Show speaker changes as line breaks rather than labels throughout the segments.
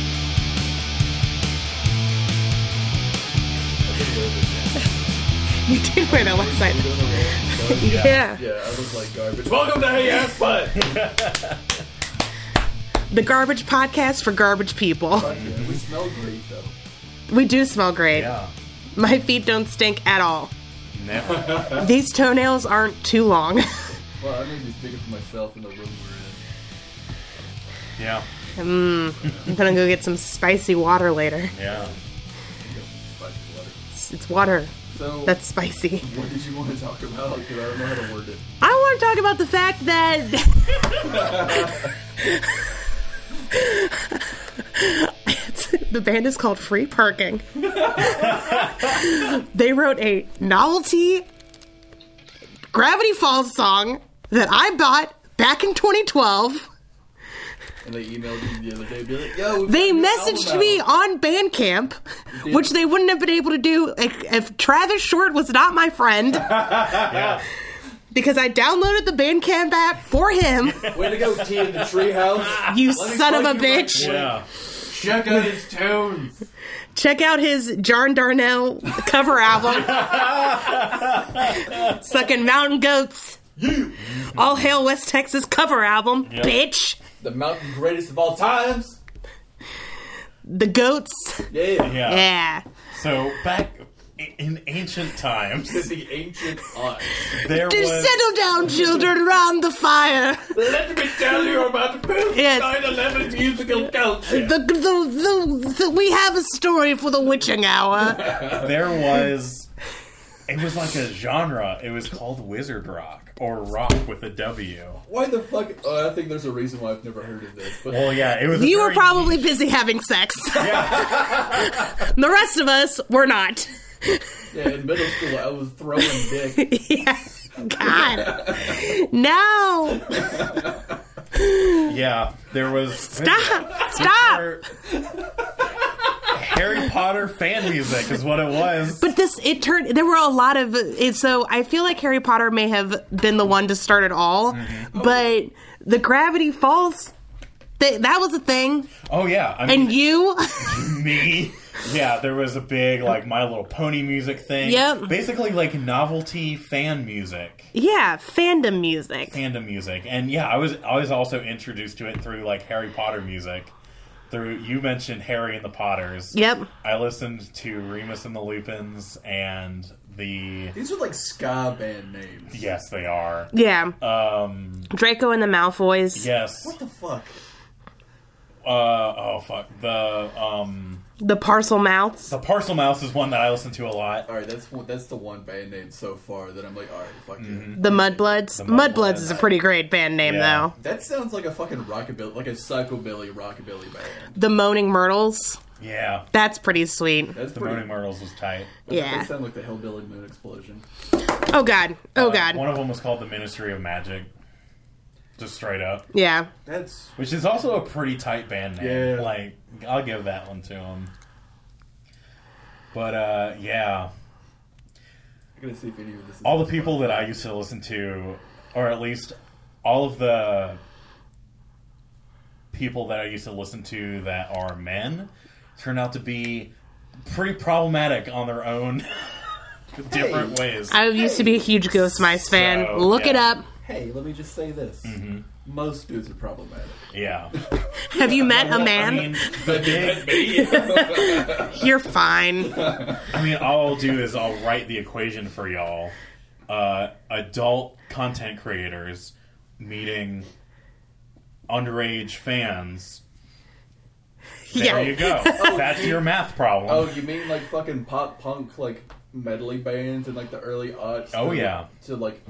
You did wear that one side. Yeah.
yeah. Yeah, I look like garbage. Welcome to Hey Ass Butt!
The garbage podcast for garbage people.
Fuck yeah, we smell great though.
We do smell great.
Yeah.
My feet don't stink at all.
Never.
These toenails aren't too long.
Well, I need to dig it for myself in the room we're in.
Yeah.
I'm gonna go get some spicy water later.
Yeah.
Spicy water.
It's, it's water
So,
that's spicy.
what did you want to talk about? Because I don't know how to word it.
I want to talk about the fact that. the band is called Free Parking. they wrote a novelty Gravity Falls song that I bought back in 2012.
And they emailed me the other day, be like, yo, we
They
found your
messaged
album
me
out."
on Bandcamp, which they wouldn't have been able to do if, if Travis Short was not my friend,
Yeah.
because I downloaded the Bandcamp app for him.
Way to go, T in the treehouse.
You
Let me
son of
fuck
a
you right
bitch.
now.
Yeah.
Check out his tunes.
Check out his Jarn Darnell cover album. Sucking mountain goats. All hail West Texas cover album, bitch.
The mountain greatest of all times.
The goats.
Yeah.
Yeah.
Yeah.
So back i- in ancient
It's
times,
the ancient us.
there
Just
was
settle down, children, around the fire.
Let me tell you about the post
Yes.
9-11 musical culture.
The, the, the, the, we have a story for the witching hour.
there was it was like a genre. It was called wizard rock or rock with a W.
Why the fuck? Oh, I think there's a reason why I've never heard of this. But
Well, yeah, it was. a
You were
very-
probably busy having sex. the rest of us were not.
yeah, in middle school, I was throwing dick.
Yeah. God. No.
Yeah, there was
Stop. Stop.
Harry Potter fan music is what it was.
But this, it turned. There were a lot of. it- So I feel like Harry Potter may have been the one to start it all,
Mm-hmm.
but the Gravity Falls. Th- that was a thing,
Oh yeah, I mean
and you,
me. Yeah, there was a big like My Little Pony music thing.
Yep.
Basically like novelty fan music.
yeah, fandom music.
fandom music, and yeah, I was I was also introduced to it through like Harry Potter music. Through you mentioned Harry and the Potters.
Yep.
I listened to Remus and the Lupins and the
These are like ska band names.
yes they are
Yeah,
um
Draco and the Malfoys,
yes
What the fuck?
uh oh fuck the um
the Parcel Mouths.
the Parcel Mouse is one that I listen to a lot.
All right, that's one, that's the one band name so far that I'm like, all right, fuck
Mm-hmm.
it.
The Mudbloods. Mudbloods.
Mudbloods.
is a pretty great band name,
Yeah.
though.
That sounds like a fucking rockabilly, like a psychobilly rockabilly band.
The Moaning Myrtles.
Yeah,
That's pretty sweet.
That's
the
pretty.
Moaning Myrtles was tight.
Yeah.
They sound like the hillbilly moon explosion.
Oh God. Oh
Uh, one
God.
of them was called the Ministry of Magic, just straight up,
Yeah.
That's
which is also a pretty tight band name.
Yeah.
Like I'll give that one to them. But uh, yeah,
I'm gonna see if any of this. Is
all the people that I used to listen to, or at least all of the people that I used to listen to that are men, turn out to be pretty problematic on their own different ways.
I used to be a huge Ghost Mice fan.
So,
Look it
yeah.
up.
Hey, let me just say this.
Mm-hmm.
Most dudes are problematic.
yeah,
Have you met a man?
I mean, the big,
You're fine.
I mean, all I'll do is I'll write the equation for y'all. Uh, adult content creators meeting underage fans. There you
yeah.
go. That's your math problem.
Oh, you mean like fucking pop punk like medley bands and like the early aughts?
Oh,
to-
yeah.
To like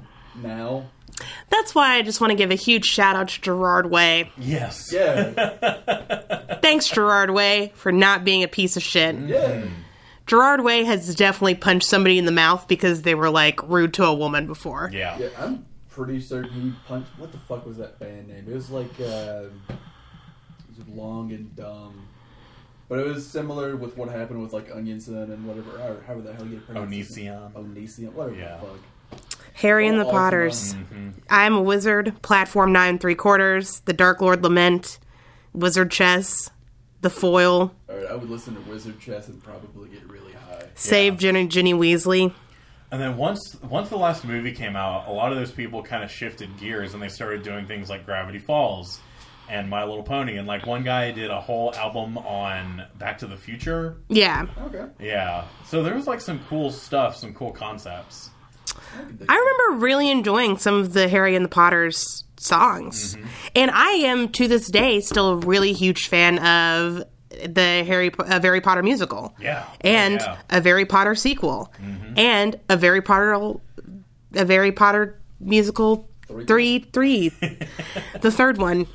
now.
That's why I just want to give a huge shout out to Gerard Way.
Yes.
Yeah.
Thanks, Gerard Way, for not being a piece of shit.
Yeah.
Gerard Way has definitely punched somebody in the mouth because they were like rude to a woman before.
Yeah.
Yeah, I'm pretty certain he punched. What the fuck was that band name? It was like uh, it was long and dumb, but it was similar with what happened with like Onionson and whatever. Or however the hell you pronounce it.
Onision.
Onision, whatever
Yeah.
the fuck.
Harry and the
Oh,
Potters. I am a wizard. Platform nine three quarters. The Dark Lord Lament. Wizard Chess. The Foil.
All right, I would listen to Wizard Chess and probably get really high.
Save Jenny, Ginny Weasley.
And then once once the last movie came out, a lot of those people kind of shifted gears and they started doing things like Gravity Falls and My Little Pony. And like one guy did a whole album on Back to the Future.
Yeah.
Okay.
Yeah. So there was like some cool stuff, some cool concepts.
I can dig
I
it.
remember really enjoying some of the Harry and the Potters songs.
Mm-hmm.
And I am to this day still a really huge fan of the Harry Po- of Harry Potter musical.
Yeah. Oh,
And
Yeah. Mm-hmm.
a Harry Potter sequel. And a Harry Potter a Harry Potter musical 3 3 the third one.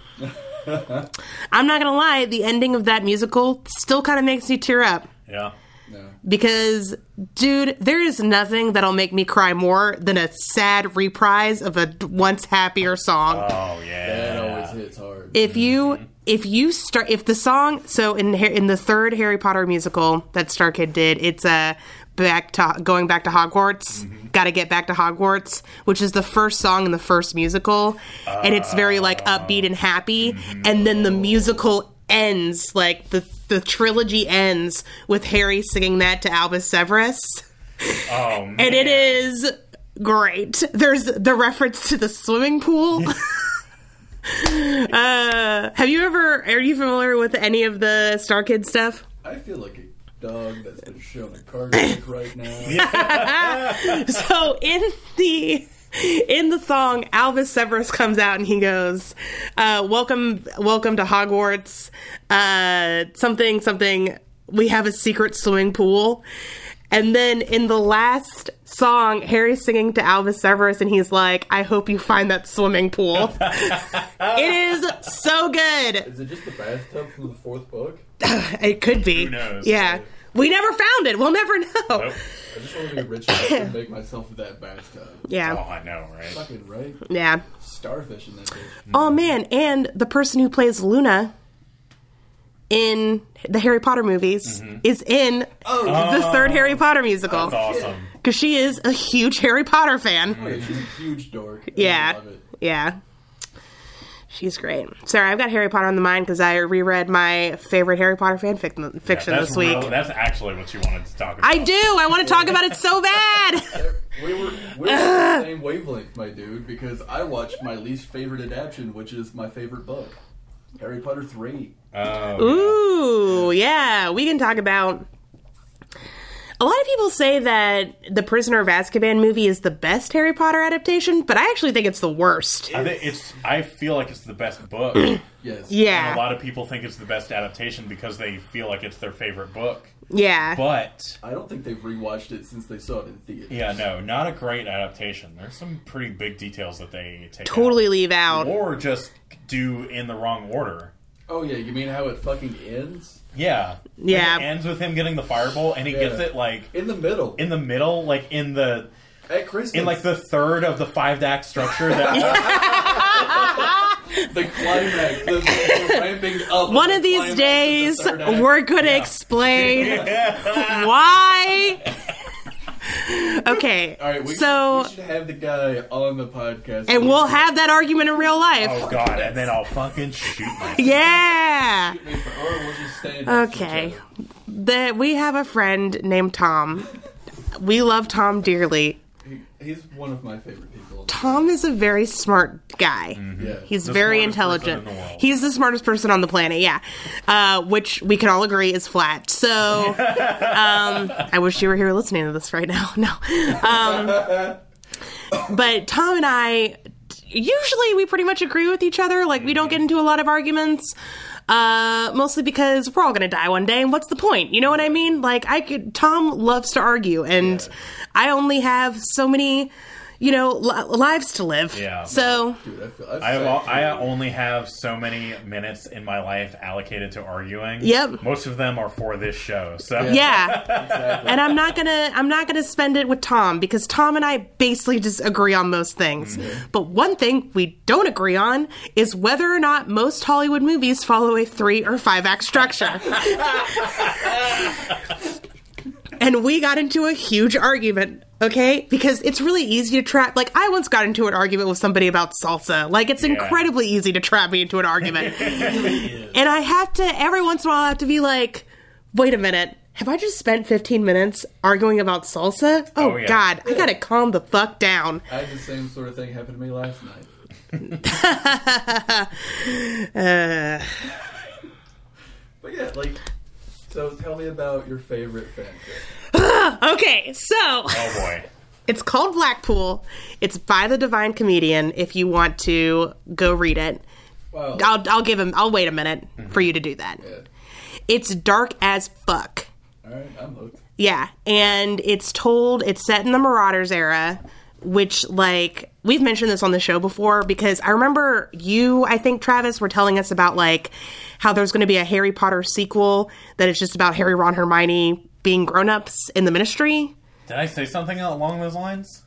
I'm not going to lie, the ending of that musical still kind of makes me tear up
Yeah.
No.
because dude there is nothing that'll make me cry more than a sad reprise of a d- once happier song
Oh yeah.
That always hits hard.
if you if you start if the song so in Har- in the third harry potter musical that star kid did it's uh, back to going back to hogwarts gotta get back to hogwarts which is the first song in the first musical and it's very like upbeat and happy and then the musical ends like the the trilogy ends with harry singing that to albus severus
oh man.
and it is great. There's the reference to the swimming pool. uh, have you ever? Are you familiar with any of the Star Kid stuff?
I feel like a dog that's been shown a card trick right now.
So in the in the song, Alvis Severus comes out and he goes, uh, "Welcome, welcome to Hogwarts. Uh, something, something. We have a secret swimming pool." And then in the last song, Harry's singing to Alvis Severus, and he's like, "I hope you find that swimming pool." it is so good.
Is it just the bathtub from the fourth book?
It could be.
Who knows?
Yeah. We never found it. We'll never know.
Nope.
I just want to be rich enough to make myself that bathtub.
Oh,
Yeah.
I know, right?
Fucking right.
Yeah.
Starfish in that bitch.
Oh man, and the person who plays Luna in the Harry Potter movies is in the third Harry Potter musical
That's awesome.
because she is a huge Harry Potter fan.
Okay, she's a huge dork. Mm-hmm. I
Yeah,
love it.
yeah, she's great. Sorry, I've got Harry Potter on the mind because I reread my favorite Harry Potter fan fic- fiction
That's
this week.
real- that's actually what you wanted to talk about.
I do. I want to talk about it so bad.
We were, we were on the same wavelength, my dude, because I watched my least favorite adaptation, which is my favorite book Harry Potter 3.
Oh,
Ooh, yeah, we can talk about. A lot of people say that the Prisoner of Azkaban movie is the best Harry Potter adaptation, but I actually think it's the worst.
I think it's. I feel like it's the best book.
Yes.
a
Yeah,
lot of people think it's the best adaptation because they feel like it's their favorite book.
yeah,
But
I don't think they've rewatched it since they saw it in theaters.
yeah, no, not a great adaptation. There's some pretty big details that they take
totally leave
out.
out.
or just do in the wrong order.
Oh, yeah, you mean how it fucking ends?
Yeah, Like,
Yeah.
it ends with him getting the fireball, and he
Yeah.
gets it like
In the middle.
in the middle, like in the
at Christmas.
in like the third of the five act structure. That
the climax. The, the ramping up.
One
the
of these
climax the
days,
third act.
we're gonna explain why. okay,
All right, we,
so
we should have the guy on the podcast.
and we'll have that argument in real life.
oh god, and then I'll fucking shoot myself.
yeah.
Or we'll just stay in
Okay. That we have a friend named Tom. We love Tom dearly.
He, he's one of my favorite people.
Tom is a very smart guy.
Yeah.
He's
The
very
smartest person
intelligent.
in the world.
He's the smartest person on the planet, yeah. Uh, which we can all agree is flat. So um, I wish you were here listening to this right now. No. Um, but Tom and I, usually we pretty much agree with each other. Like, we don't get into a lot of arguments. Uh, mostly because we're all gonna die one day, and what's the point? You know what I mean? Like, I could. Tom loves to argue, and I only have so many, you know, li- lives to live.
Yeah.
So
Dude, I feel. I've
I, have,
said-
al- I only have so many minutes in my life allocated to arguing.
Yep.
Most of them are for this show. So
yeah
Exactly.
and i'm not gonna i'm not gonna spend it with tom because tom and i basically disagree on most things but one thing we don't agree on is whether or not most hollywood movies follow a three or five act structure and we got into a huge argument okay because it's really easy to trap like i once got into an argument with somebody about salsa like it's incredibly easy to trap me into an argument and i have to every once in a while i have to be like wait a minute have I just spent 15 minutes arguing about salsa? Oh,
Oh, yeah.
God, I gotta calm the fuck down.
I had the same sort of thing happen to me last night. but yeah, like, so tell me about your favorite fanfic.
Okay, so
Oh boy.
it's called Blackpool. It's by the Divine Comedian. If you want to go read it,
Wow.
I'll, I'll give him, I'll wait a minute for you to do that. It's dark as fuck.
All right, I'm hooked.
Yeah, and it's told it's set in the Marauders era, which like we've mentioned this on the show before because I remember you, I think Travis, were telling us about like how there's going to be a Harry Potter sequel that is just about Harry, Ron, Hermione being grown-ups in the Ministry.
Did I say something along those lines?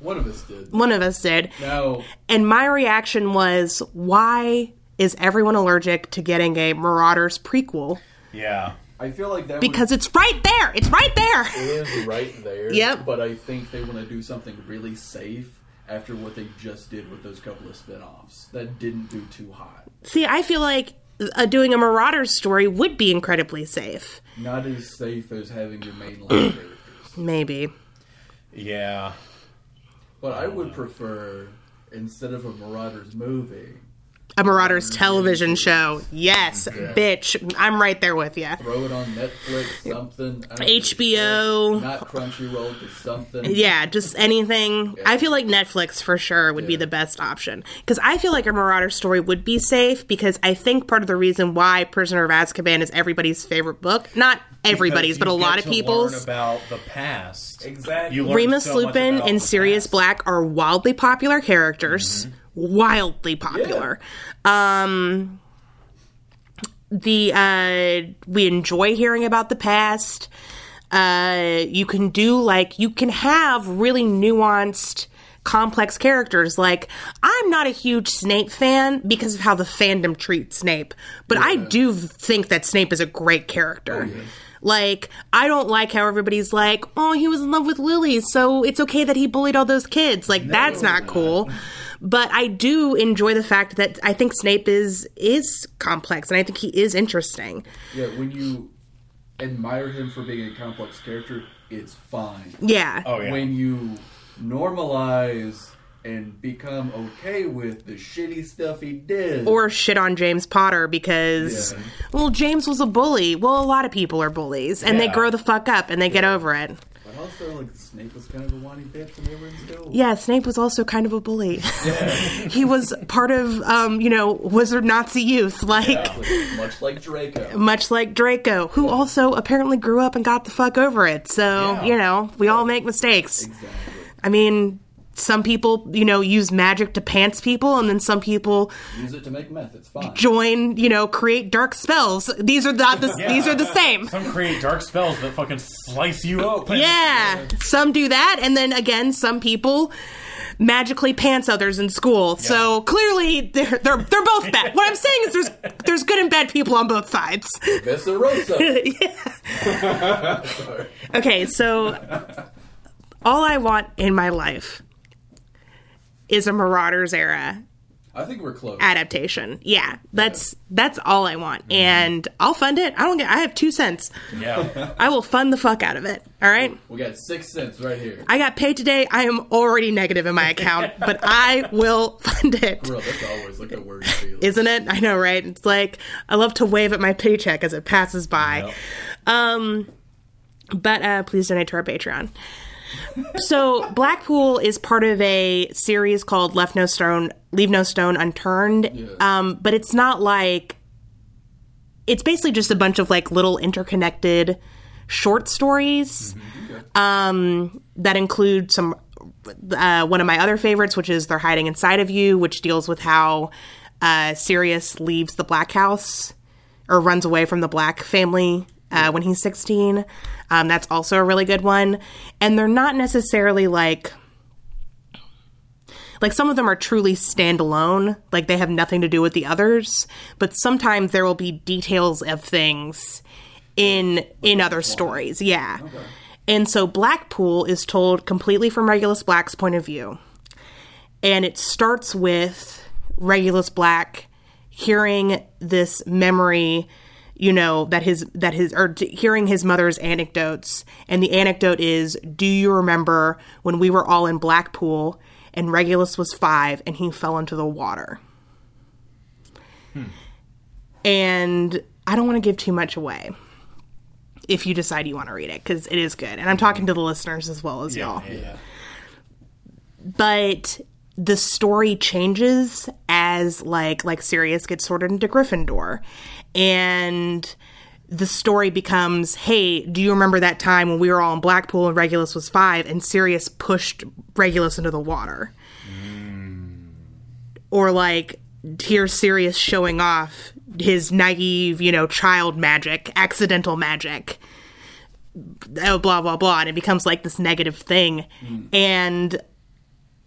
One of us did.
One of us did,
Now,
and my reaction was, why is everyone allergic to getting a Marauders prequel?
Yeah.
I feel like that
Because it's right there. It's right there.
was, is right there.
Yep.
But I think they want to do something really safe after what they just did with those couple of spinoffs that didn't do too hot.
See, I feel like uh, doing a Marauders story would be incredibly safe.
Not as safe as having your mainline characters.
Maybe.
Yeah.
But I would prefer instead of a Marauders movie,
A Marauders television show. Yes, bitch. I'm right there with you.
throw it on Netflix, something I don't give a
HBO.
shit. not Crunchyroll, just something.
Yeah, just anything. I feel like Netflix for sure would be the best option. Because I feel like a Marauder story would be safe because I think part of the reason why Prisoner of Azkaban is everybody's favorite book, not everybody's,
Because
but a
you
lot
get
of
to learn
people's.
about the past.
Exactly.
You learn
Remus
so much
Lupin
about
and
the
Sirius
past.
Black are wildly popular characters.
Mm-hmm.
Wildly popular. Um, the uh, we enjoy hearing about the past. Uh, you can do like you can have really nuanced, complex characters. Like I'm not a huge Snape fan because of how the fandom treats Snape, but I do think that Snape is a great character. Like, I don't like how everybody's like, oh, he was in love with Lily, so it's okay that he bullied all those kids. Like, that's not cool. But I do enjoy the fact that I think Snape is is complex and I think he is interesting.
Yeah, when you admire him for being a complex character, it's fine.
Yeah.
Oh yeah.
When you normalize and become okay with the shitty stuff he did,
Or shit on James Potter because,
Yeah.
well, James was a bully. Well, a lot of people are bullies and they
Yeah.
grow the fuck up and they get over it.
but also like Snape was kind of a whiny bitch when they were in school.
Yeah, Snape was also kind of a bully. he was part of, um, you know, wizard Nazi youth. Like,
Like, much like Draco.
much like Draco, who also apparently grew up and got the fuck over it. So,
Yeah.
you know, we all make mistakes.
Exactly.
I mean, some people, you know, use magic to pants people, and then some people
Use it to make meth. It's fine.
join, you know, create dark spells. These are not the
Yeah.
these are the same.
Some create dark spells that fucking slice you open.
Yeah. Some do that, and then again, some people magically pants others in school. So clearly, they're they're, they're both bad. What I'm saying is, there's there's good and bad people on both sides.
Visarosa.
Okay, so all I want in my life is a Marauders era
I think we're close.
adaptation. Yeah, that's that's all I want, and I'll fund it. I don't get. I have two cents.
Yeah.
I will fund the fuck out of it. All right.
We got six cents right here.
I got paid today. I am already negative in my account, but I will fund it.
Bro, that's always like a word feeling.
Isn't it? I know, right? It's like I love to wave at my paycheck as it passes by. Um,
Yep.
but uh, please donate to our Patreon. so Blackpool is part of a series called Left No Stone, Leave No Stone Unturned. Um, but it's not like it's basically just a bunch of like little interconnected short stories um, that include some uh, one of my other favorites, which is They're Hiding Inside of You, which deals with how uh, Sirius leaves the Black House or runs away from the Black family uh, when he's 16. Um, that's also a really good one. And they're not necessarily like. Like some of them are truly standalone, like they have nothing to do with the others, but sometimes there will be details of things in in other stories. Yeah. And so Blackpool is told completely from Regulus Black's point of view. And it starts with Regulus Black hearing this memory you know that his that his or t- hearing his mother's anecdotes and the anecdote is do you remember when we were all in blackpool and regulus was five and he fell into the water
Hmm.
and i don't want to give too much away if you decide you want to read it because it is good and i'm talking to the listeners as well as y'all
yeah.
but the story changes as like like Sirius gets sorted into Gryffindor and the story becomes hey do you remember that time when we were all in Blackpool and Regulus was 5 and Sirius pushed Regulus into the water or like here's Sirius showing off his naive you know child magic accidental magic oh blah blah blah and it becomes like this negative thing and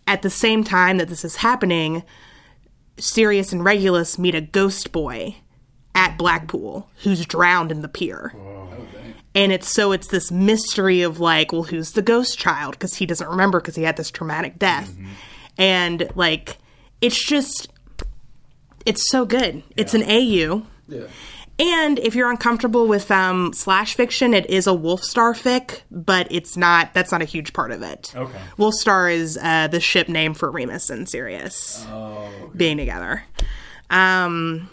at the same time that this is happening, Sirius and Regulus meet a ghost boy at Blackpool who's drowned in the pier. And it's so it's this mystery of like, well, who's the ghost child? Because he doesn't remember because he had this traumatic death. And like, it's just, it's so good. It's an AU.
Yeah.
And if you're uncomfortable with um, slash fiction, it is a Wolfstar fic, but it's not. That's not a huge part of it.
Okay.
Wolfstar is uh, the ship name for Remus and Sirius being together. Um,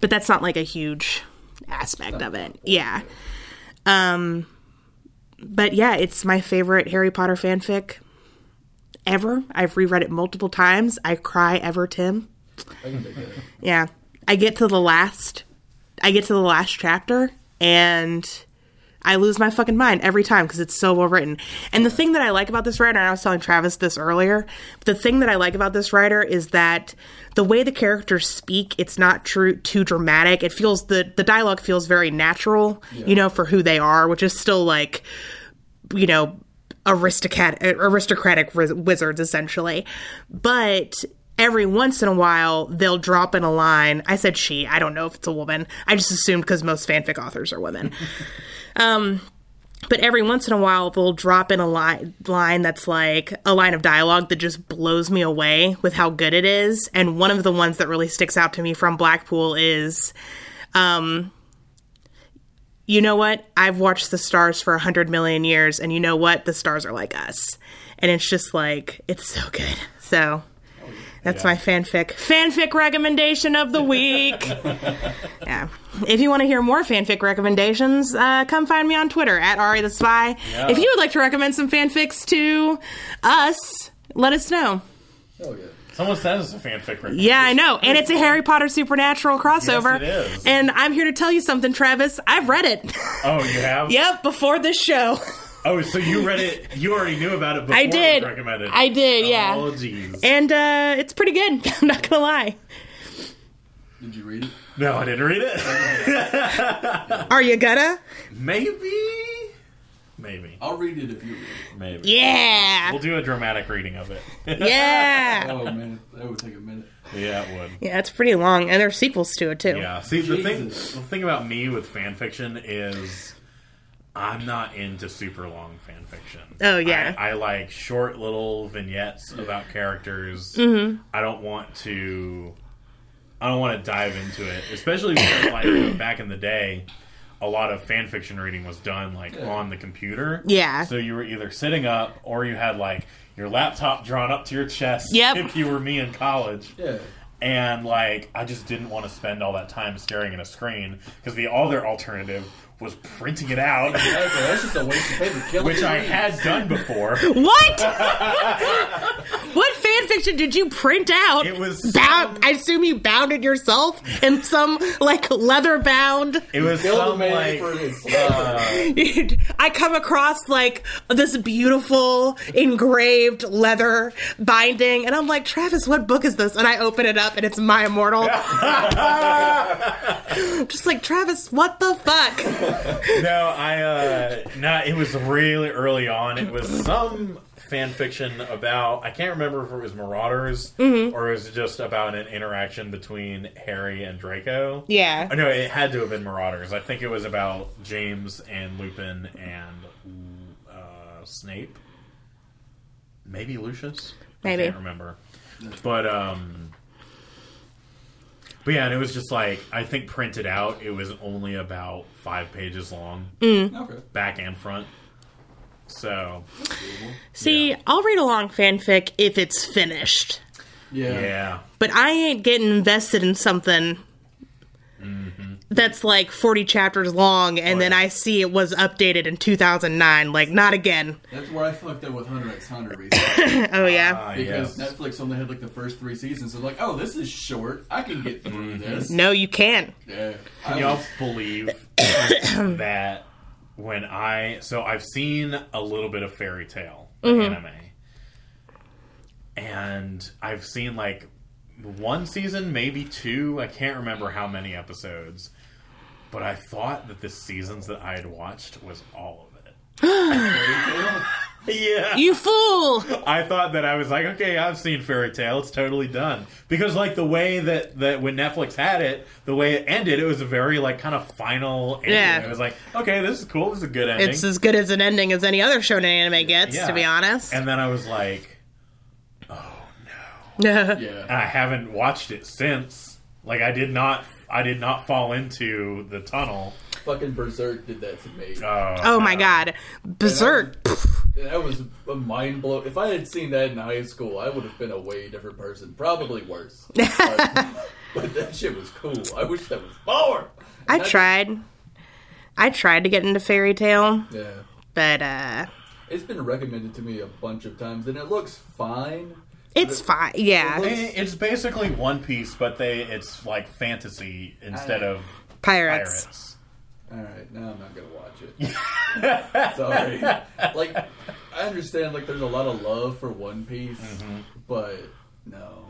but that's not like a huge aspect of it. Yeah. Um, but yeah, it's my favorite Harry Potter fanfic ever. I've reread it multiple times. I cry ever, Tim.
I can take that.
Yeah. I get to the last I get to the last chapter and I lose my fucking mind every time because it's so well written. And the thing that I like about this writer, and I was telling Travis this earlier, the thing that I like about this writer is that the way the characters speak, it's not true too dramatic. It feels the the dialogue feels very natural, you know, for who they are, which is still like you know aristocrat aristocratic wiz- wizards essentially but every once in a while they'll drop in a line i said she i don't know if it's a woman i just assumed because most fanfic authors are women Um, but every once in a while they'll drop in a li- line that's like a line of dialogue that just blows me away with how good it is and one of the ones that really sticks out to me from blackpool is um you know what i've watched the stars for a 100 million years and you know what the stars are like us and it's just like it's so good so that's my fanfic fanfic recommendation of the week yeah. If you want to hear more fanfic recommendations, uh, come find me on Twitter at Ari the Spy. If you would like to recommend some fanfics to us, let us know.
Hell yeah.
Someone said it's a fanfic right
Yeah, I know. And it's a Harry Potter supernatural crossover.
Yes, it is.
And I'm here to tell you something, Travis. I've read it.
Oh, you have?
yep, before this show.
Oh, so you read it. You already knew about it before
I did.
it was recommended.
I did, yeah.
Oh, jeez.
And uh, it's pretty good. I'm not going to lie.
Did you read it?
No, I didn't read it.
Are you gonna?
Maybe. Maybe.
I'll read it if you read it.
Maybe.
Yeah.
We'll do a dramatic reading of it.
Yeah.
Oh man, that would take a minute.
yeah, it would.
Yeah, it's pretty long. And there's sequels to it, too.
Yeah. See, the thing, the
Jesus.
thing about me with fan fiction is I'm not into super long fan fiction.
Oh, yeah.
I, I like short little vignettes about characters.
Mm-hmm.
I don't want to. I don't want to dive into it, especially because, like back in the day, a lot of fan fiction reading was done like on the computer.
Yeah.
So you were either sitting up or you had like your laptop drawn up to your chest.
Yep.
If you were me in college
Yeah.
and like I just didn't want to spend all that time staring at a screen because the other alternative was printing it out,
Okay, that's just a waste of paper. Kill
which
it.
I had done before.
What? what fan fiction did you print out?
It was
bound. I assume you bound it yourself in some like leather bound.
It was
Kill the
some
man
like uh,
for his.
I come across like this beautiful engraved leather binding, and I'm like, Travis, what book is this? And I open it up, and it's My Immortal. Just like Travis, what the fuck?
no, I uh, no, it was really early on. It was some fan fiction about I can't remember if it was Marauders or it was just about an interaction between Harry and Draco.
Yeah.
Oh, no, it had to have been Marauders. I think it was about James and Lupin and uh, Snape. Maybe Lucius.
Maybe.
I can't remember. But um, But yeah, and it was just like I think printed out, it was only about five pages long,
Mm.
Okay.
back and front. So
See,
Yeah.
I'll read a long fanfic if it's finished,
Yeah.
yeah,
but I ain't getting invested in something that's like 40 chapters long and then
Mm-hmm. Oh, yeah.
I see it was updated in 2009. Like, not again.
That's where I fucked up with Hunter X Hunter recently
Oh, yeah.
Ah,
because
yes.
Netflix only had like the first three seasons. So like, oh, this is short. I can get through this.
no, you can.
Yeah.
Mm-hmm. Can
I
y'all
was-
believe that when I so I've seen a little bit of fairy tale the anime, and I've seen like one season, maybe two. I can't remember how many episodes, but I thought that the seasons that I had watched was all of it. Yeah,
You fool!
I thought that I was like, okay, I've seen Fairy Tale. It's totally done because like the way that that when Netflix had it, the way it ended, it was a very like kind of final. Ending.
Yeah.
it was like, okay, this is cool. This is a good ending.
It's as good as an ending as any other shonen anime gets,
Yeah.
to be honest.
and then I was like, and
Yeah.
I haven't watched it since. Like I did not, I did not fall into the tunnel.
Fucking Berserk did that to me.
Uh,
oh my god. Berserk.
um,
That was a mind blow. If I had seen that in high school, I would have been a way different person. Probably worse. But, but that shit was cool. I wish that was more.
I tried. I tried to get into fairy tale,
Yeah.
but uh
It's been recommended to me a bunch of times, and it looks fine.
it's fine. Yeah.
It- It's basically One Piece, but they it's like fantasy instead of
Pirates.
pirates.
All right, now I'm not gonna watch it. Sorry. Like, I understand. Like, there's a lot of love for One Piece,
Mm-hmm.
but no.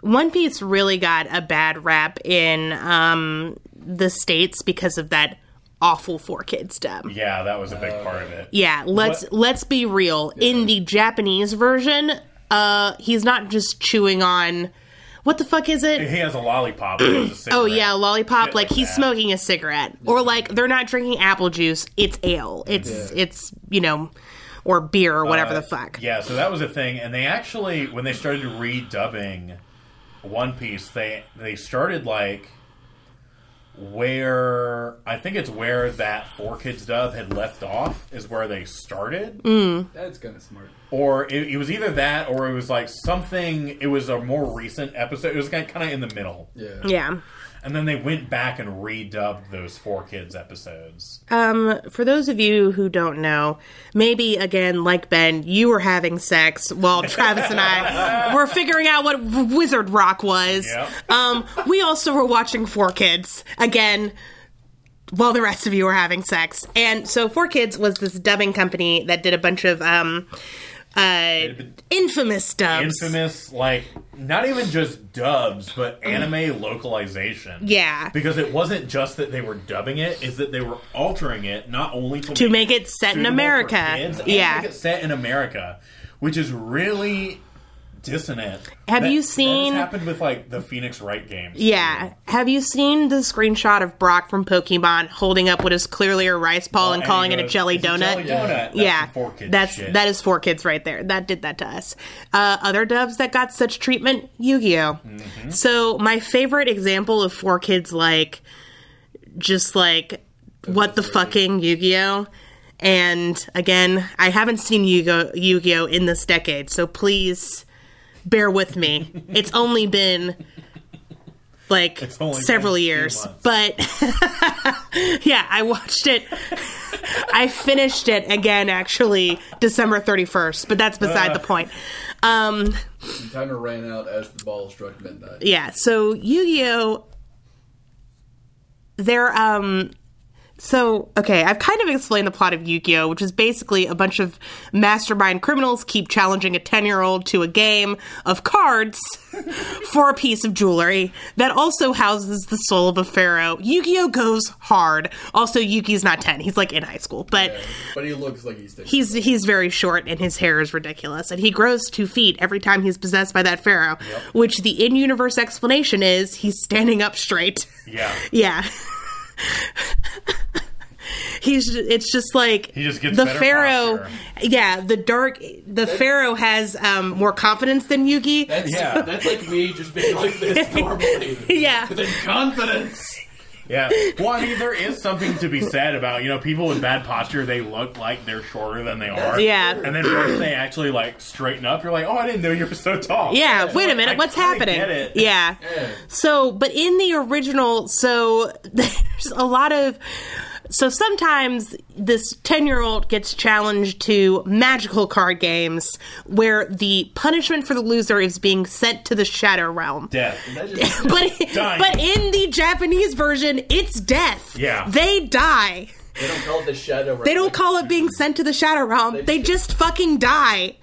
One Piece really got a bad rap in um the states because of that awful four kids dub.
Yeah, that was a big part of it.
Yeah, let's
What-
let's be real. In the Japanese version, uh he's not just chewing on what the fuck is it?
He has a lollipop. that is a
Oh
cigarette.
yeah, lollipop.
Shit
Like
like
he's
that.
smoking a cigarette, or like they're not drinking apple juice. It's ale. It's
Yeah.
it's you know, or beer or whatever the
Uh,
fuck.
Yeah, so that was a thing, and they actually, when they started redubbing One Piece, they they started like where I think it's where that Four Kids dub had left off is where they started,
That's kind of smart.
or it, it was either that, or it was like something. It was a more recent episode. It was kind of in the middle,
Yeah.
Yeah.
and then they went back and redubbed those Four Kids episodes.
For those of you who don't know, maybe again, like Ben, you were having sex while Travis and I were figuring out what w- Wizard Rock was.
Yep.
Um, we also were watching Four Kids again while the rest of you were having sex. And so, Four Kids was this dubbing company that did a bunch of um, uh, infamous dubs.
infamous like not even just dubs but anime localization
Mm. Yeah.
because it wasn't just that they were dubbing it is that they were altering it not only to,
To make it set in
suitable for
America.
kids, and
Yeah.
make it set in america which is really dissonant
Have you
that has
seen-
happened with like the phoenix wright games
Yeah. Have you seen the screenshot of Brock from Pokemon holding up what is clearly a rice ball and
he
calling it a
goes,
jelly
"It's a
donut?
jelly donut. That's
yeah,
some four kids
that's
shit.
that is four kids right there. That did that to us. Uh, other dubs that got such treatment, Yu-Gi-Oh.
Mm-hmm.
So my favorite example of four kids like just like what the fucking Yu-Gi-Oh. And again, I haven't seen Yu-Gi-Oh, Yu-Gi-Oh in this decade, so please bear with me. it's only been like
only been
several
a few
years,
months.
but yeah, I watched it. I finished it again, actually, December 31st, but that's beside the point. Um,
The timer ran out as the ball struck midnight.
yeah, so Yu Gi Oh! They're, um, so, okay, I've kind of explained the plot of Yu Gi Oh!, which is basically a bunch of mastermind criminals keep challenging a 10 year old to a game of cards for a piece of jewelry that also houses the soul of a pharaoh. Yu Gi Oh! goes hard. Also, Yuki's not 10, he's like in high school, but.
But he looks like he's taking.
He's he's very short and his hair is ridiculous, and he grows two feet every time he's possessed by that pharaoh. Which the in-universe explanation is he's standing up straight.
yeah
yeah. he's it's just like
He just gets
the
better
pharaoh.
posture.
Yeah, the dark the pharaoh has um, more confidence than Yugi.
That's,
Yeah.
that's like me just being like this normally.
Yeah.
But then confidence.
Yeah. Well, I mean, there is something to be said about you know people with bad posture. They look like they're shorter than they are.
Yeah.
And then once they actually like straighten up, you're like, oh, I didn't know you were so tall.
Yeah, wait a minute,
I
what's
kinda
happening?
get it.
Yeah.
Yeah.
So, but in the original, so there's a lot of so sometimes this 10-year-old gets challenged to magical card games where the punishment for the loser is being sent to the shadow realm.
Death.
That just-
But
Dying.
but in the Japanese version, it's death.
Yeah.
They die.
they don't call it the shadow.
They don't call it being sent to the shadow realm. They, just fucking die.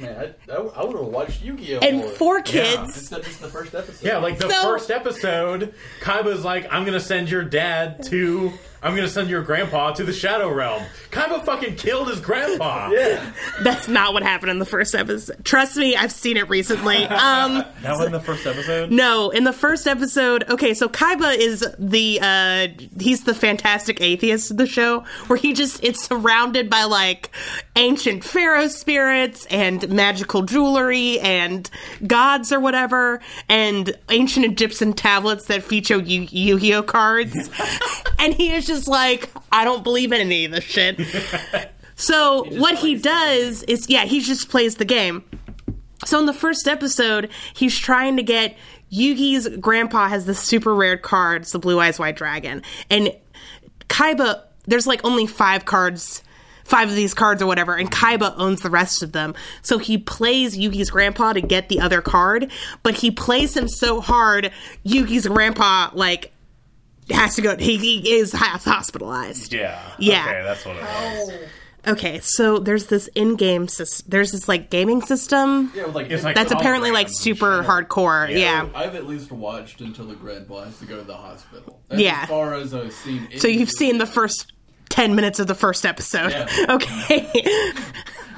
Man, I, would have watched Yu-Gi-Oh.
And
more.
four
Yeah.
kids
It's not just the first episode.
Yeah, like the
So-
first episode, Kaiba's like, I'm gonna send your dad to. I'm gonna send your grandpa to the Shadow Realm. Kaiba fucking killed his grandpa.
Yeah.
That's not what happened in the first episode. Trust me, I've seen it recently. Um,
That wasn't the first episode?
no, in the first episode, okay, so Kaiba is the uh, he's the fantastic atheist of the show, where he just is surrounded by like ancient pharaoh spirits and magical jewelry and gods or whatever, and ancient Egyptian tablets that feature Yu- Yu-Gi-Oh cards, and he is just like, I don't believe in any of this shit. So what he does is, yeah, he just plays the game. So in the first episode, he's trying to get Yugi's grandpa has this super rare card, it's the Blue Eyes White Dragon, and Kaiba. There's like only five cards, five of these cards or whatever, and Kaiba owns the rest of them. So he plays Yugi's grandpa to get the other card, but he plays him so hard, Yugi's grandpa like has to go. He, he is half hospitalized.
Yeah.
Yeah.
Okay, that's what it was.
Okay, so there's this in-game sys- there's this like gaming system
Yeah, like,
It's like-
that's apparently like
Holograms and
super hardcore. Yeah.
I've at least watched until the grandpa has to go to the hospital. That's
Yeah.
As far as I've seen.
So you've seen the first 10 minutes of the first episode.
Yeah.
Okay.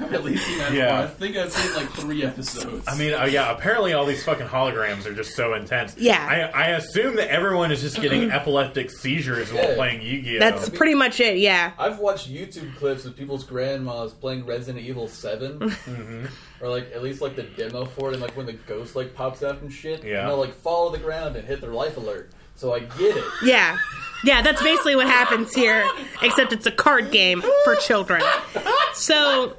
I've at least seen that
Yeah.
far. I think I've seen like three episodes.
I mean, uh, yeah, apparently all these fucking holograms are just so intense.
Yeah.
I, I assume that everyone is just getting epileptic seizures while
Yeah.
playing Yu Gi Oh!
That's pretty much it. Yeah.
I've watched YouTube clips of people's grandmas playing Resident Evil 7
Mm-hmm.
or like at least like the demo for it, and like when the ghost like pops out and shit.
Yeah.
and they'll like follow the ground and hit their life alert. So I get it.
Yeah. Yeah, that's basically what happens here, except it's a card game for children. So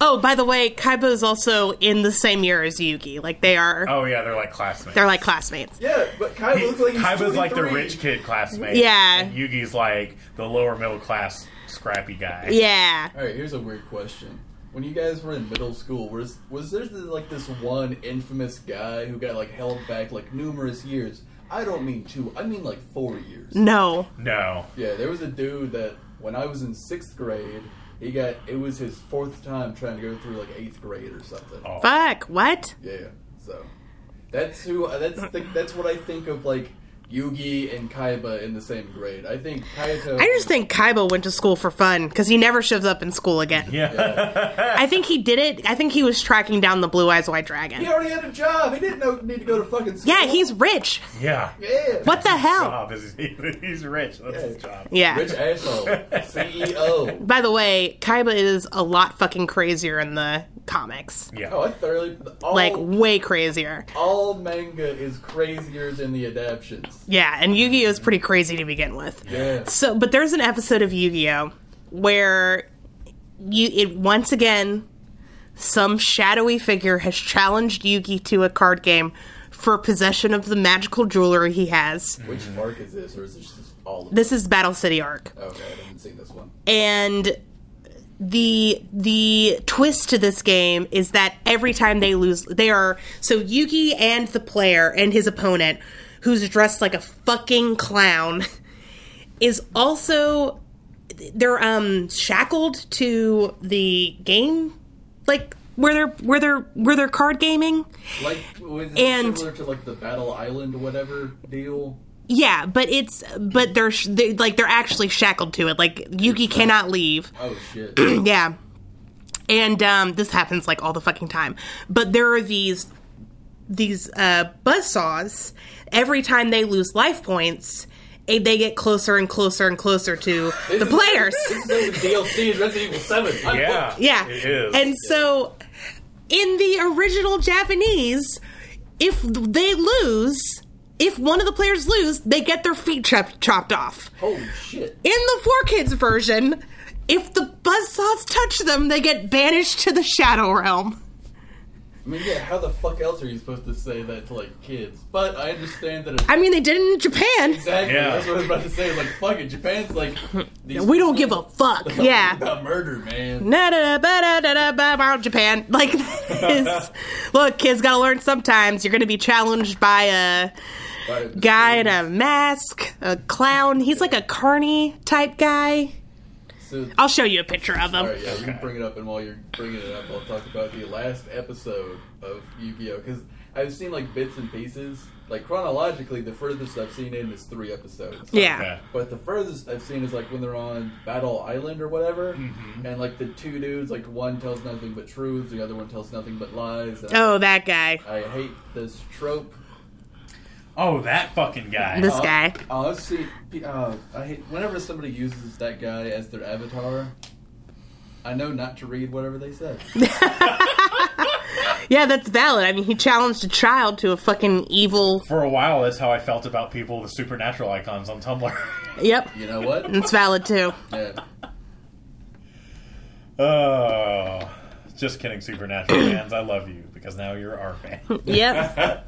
Oh, by the way, Kaiba is also in the same year as Yugi. Like they are
Oh, yeah, they're like classmates.
they're like classmates.
Yeah, but Kaiba looks like he's
Kaiba's like the
23.
rich kid classmate.
Yeah.
And Yugi's like the lower middle class scrappy guy.
Yeah.
All right, here's a weird question. When you guys were in middle school, was was there this, like this one infamous guy who got like held back like numerous years? I don't mean two. I mean like four years.
No.
No.
Yeah, there was a dude that when I was in sixth grade, he got it was his fourth time trying to go through like eighth grade or something.
Oh.
Fuck. What?
Yeah, so that's who uh, that's the, that's what I think of like Yugi and Kaiba in the same grade. I think Kaito.
I just think Kaiba went to school for fun cuz he never shows up in school again.
Yeah.
I think he did it. I think he was tracking down the Blue Eyes White Dragon.
he already had a job. He didn't know, need to go to fucking school.
Yeah, he's rich.
Yeah.
yeah.
What the hell?
Job is, he, he's rich. That's his job.
Oh. Yeah.
Rich asshole. E CEO.
By the way, Kaiba is a lot fucking crazier in the comics.
Oh,
Yeah.
I thoroughly. All,
Like way crazier.
all manga is crazier than the adaptions.
Yeah, and Yu-Gi-Oh is pretty crazy to begin with.
Yeah.
So, but there's an episode of Yu-Gi-Oh where you it once again some shadowy figure has challenged Yugi to a card game for possession of the magical jewelry he has.
Which arc is this, or is this just all of
This is Battle City arc.
Okay, I didn't see this one.
and the the twist to this game is that every time they lose they are so Yugi and the player and his opponent who's dressed like a fucking clown is also they're um shackled to the game like where they're where they're where they're card gaming
Like, was it
And-
similar to like the Battle Island whatever deal?
yeah but it's but they're, sh- they like they're actually shackled to it like Yugi cannot leave
Oh shit!
Yeah. And um, this happens like all the fucking time. But there are these these uh, buzzsaws. Every time they lose life points, eh, they get closer and closer and closer to the
This is-
players.
This is DLC in Resident Evil 7. I'm
Yeah.
hooked.
Yeah.
It is.
And so in the original Japanese, if they lose, if one of the players lose, they get their feet chop- chopped off.
Holy shit.
In the four kids version, if the buzzsaws touch them, they get banished to the shadow realm.
I mean, yeah, how the fuck else are you supposed to say that to, like, kids? But I understand that it's
I mean, they did it in Japan.
exactly.
Yeah.
That's what I was about to say. Like, fuck it. Japan's like. These
We don't give a fuck. Yeah.
About murder, man.
Na da da ba da da da ba ba Japan. Like that is, look, kids gotta learn sometimes. You're gonna be challenged by a
But-
guy in a mask, a clown. He's like a carny type guy.
So,
I'll show you a picture of him.
All right, yeah, you can bring it up, and while you're bringing it up, I'll talk about the last episode of Yu-Gi-Oh! Because I've seen like bits and pieces. Like chronologically, the furthest I've seen in is three episodes.
Yeah.
Okay.
But the furthest I've seen is like when they're on Battle Island or whatever, and like the two dudes, like one tells nothing but truths, the other one tells nothing but lies. And
Oh, that guy.
I hate this trope.
Oh, that fucking guy.
This
Uh,
guy.
Uh, let's see. Uh, I hate whenever somebody uses that guy as their avatar. I know not to read whatever they said.
Yeah, that's valid. I mean, he challenged a child to a fucking evil.
For a while, that's how I felt about people with supernatural icons on Tumblr.
Yep,
You know what?
it's valid too.
Yeah.
oh. Just kidding, supernatural fans. I love you because now you're our fan.
Yep.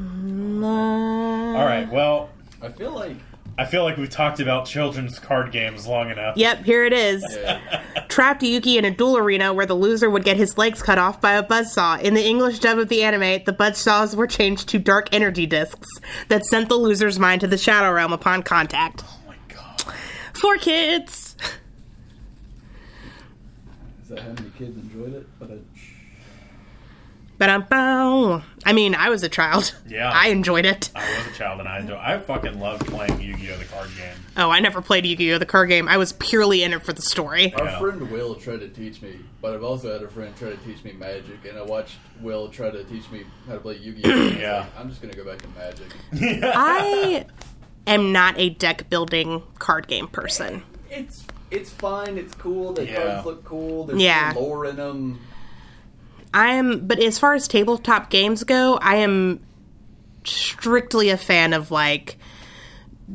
All right. Well,
I feel like
I feel like we've talked about children's card games long enough.
Yep, here it is.
yeah,
Trapped Yuki in a duel arena where the loser would get his legs cut off by a buzzsaw. In the English dub of the anime, the buzzsaws were changed to dark energy discs that sent the loser's mind to the shadow realm upon contact.
Oh my god.
For kids!
is that how many kids enjoyed it? But uh, I,
Ba-dum-bow. I mean, I was a child.
Yeah.
I enjoyed it.
I was a child and I enjoy. I fucking love playing Yu-Gi-Oh the card game.
Oh, I never played Yu-Gi-Oh! the card game. I was purely in it for the story.
our
Yeah.
friend Will tried to teach me, but I've also had a friend try to teach me magic, and I watched Will try to teach me how to play Yu-Gi-Oh. and I was
Yeah.
like, I'm just gonna go back to magic.
I am not a deck building card game person.
It's it's fine. It's cool. The
Yeah.
cards look cool. There's
Yeah.
lore in them.
I am, but as far as tabletop games go, I am strictly a fan of like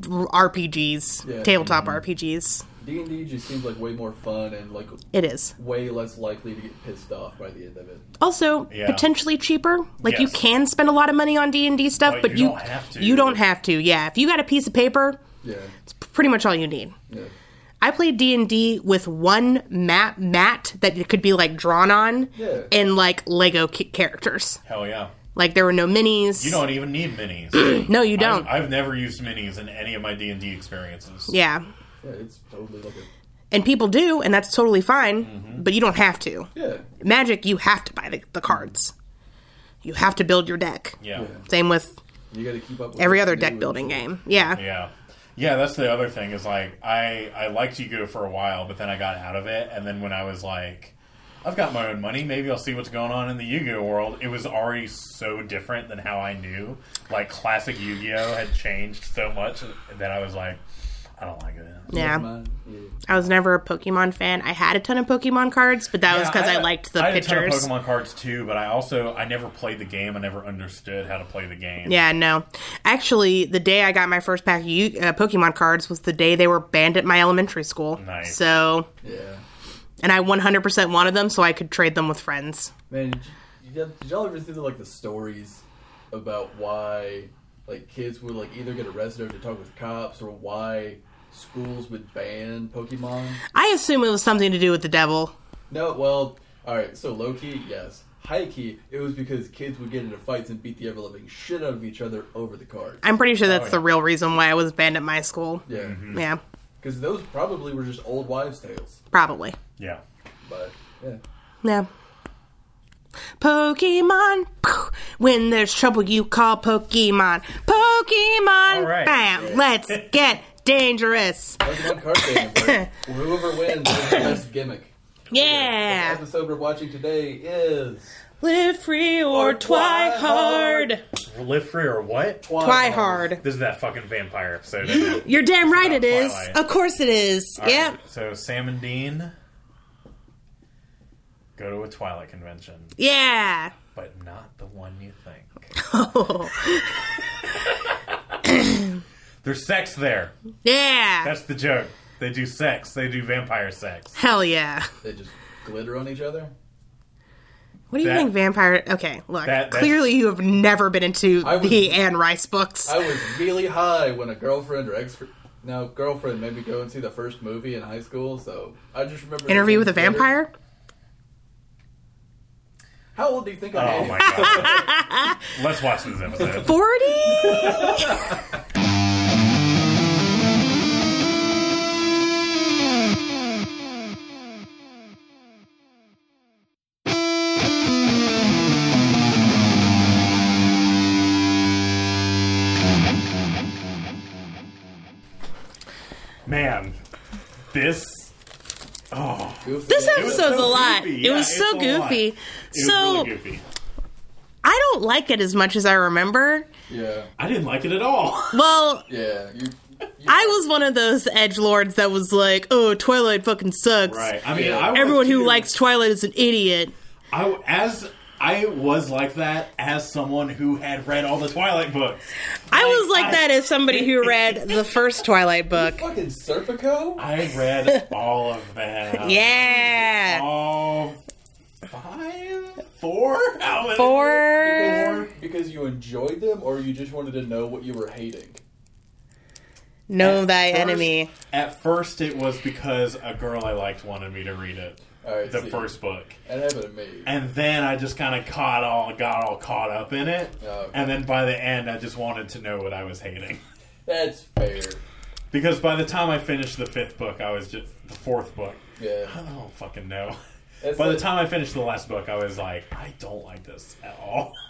RPGs,
Yeah.
tabletop
Mm-hmm.
RPGs.
D and D just seems like way more fun and like
It is
way less likely to get pissed off by the end of it.
also
Yeah.
potentially cheaper. Like you
Yes.
can spend a lot of money on D and D stuff,
But
but
you
you
don't have to.
you don't have to. Yeah, if you got a piece of paper,
Yeah.
it's pretty much all you need.
Yeah.
I played D and D with one map mat that it could be like drawn on,
Yeah.
and like Lego ki- characters.
Hell yeah.
Like there were no minis.
You don't even need minis.
no, you don't.
I've, I've never used minis in any of my D and D experiences.
yeah,
Yeah. It's totally like a
and people do, and that's totally fine.
Mm-hmm.
But you don't have to.
yeah.
Magic, you have to buy the, the cards. You have to build your deck.
Yeah.
Same with
You got to keep up. with
every
what's
other
new
deck
and
building
shit.
game. Yeah.
Yeah. Yeah, that's the other thing is like I I liked Yu-Gi-Oh for a while, but then I got out of it, and then when I was like, I've got my own money, maybe I'll see what's going on in the Yu-Gi-Oh world. It was already so different than how I knew. Like classic Yu-Gi-Oh had changed so much that I was like, I don't like it.
Yeah.
Mine, yeah.
I was never a Pokemon fan. I had a ton of Pokemon cards, but that was
Yeah,
because I,
had-
liked the
I had a
pictures.
ton of Pokemon cards too, but I also I never played the game. I never understood how to play the game.
Yeah, no. Actually, the day I got my first pack of Yu- uh, Pokemon cards was the day they were banned at my elementary school.
Nice.
So,
Yeah.
and I 100% wanted them so I could trade them with friends.
Man, did, you, did y'all ever see the, like the stories about why like kids would like either get arrested or to talk with cops, or why schools would ban Pokemon?
I assume it was something to do with the devil.
No, well, all right. So low key, yes. High key, it was because kids would get into fights and beat the ever living shit out of each other over the cards.
I'm pretty sure that's
Oh, yeah.
the real reason why I was banned at my school.
yeah,
Yeah,
because those probably were just old wives' tales.
probably.
Yeah.
But yeah,
Yeah. Pokemon. Pew. When there's trouble, you call Pokemon. Pokemon.
All right.
Bam. Let's get dangerous.
Pokemon card game. right? Whoever wins is the best gimmick. The
Yeah.
episode we're watching today is
Live free or,
Or
twy
twy
hard.
Live free or what?
Twy hard.
This is that fucking vampire episode. isn't it?
You're damn right it
about
is.
Twilight.
Of course it is.
All right,
yep.
So Sam and Dean go to a Twilight convention,
Yeah.
but not the one you think. There's sex there.
Yeah.
That's the joke. They do sex. They do vampire sex.
Hell yeah.
They just glitter on each other.
What do you
That-
think vampire Okay, look.
That- that's-
clearly you have never been into
I was-
the Anne Rice books.
I was really high when a girlfriend or ex no girlfriend made me go and see the first movie in high school. So I just remember
Interview with a
Glitter.
vampire?
How old do you think I
Oh
am?
my god. Let's watch this episode.
40?
Man, this. Oh,
Goofy.
This
It was-
episode's a
so
lot.
goofy.
It
Yeah,
was so
it's a lot.
goofy.
it
So
was really goofy.
I don't like it as much as I remember.
Yeah,
I didn't like it at all.
Well,
yeah. You, you-
I was one of those edge lords that was like, "Oh, Twilight fucking sucks."
Right. I mean,
Yeah.
I was
Everyone who
too.
likes Twilight is an idiot.
I as I was like that as someone who had read all the Twilight books.
I was like
I-
that as somebody who read the first Twilight book.
fucking Serpico.
I read all of them.
Yeah.
All five, Uh, four, How many?
Or
Because, because you enjoyed them, or you just wanted to know what you were hating.
Know Thy
First-
Enemy.
At first, it was because a girl I liked wanted me to read it,
All right,
the
see,
first book,
That happened to me.
and then I just kind of caught all, got all caught up in it,
Oh.
and then by the end, I just wanted to know what I was hating.
That's fair.
Because by the time I finished the fifth book, I was just the fourth book.
Yeah.
I don't fucking know.
That's
By the
like-
time I finished the last book, I was like, I don't like this at all.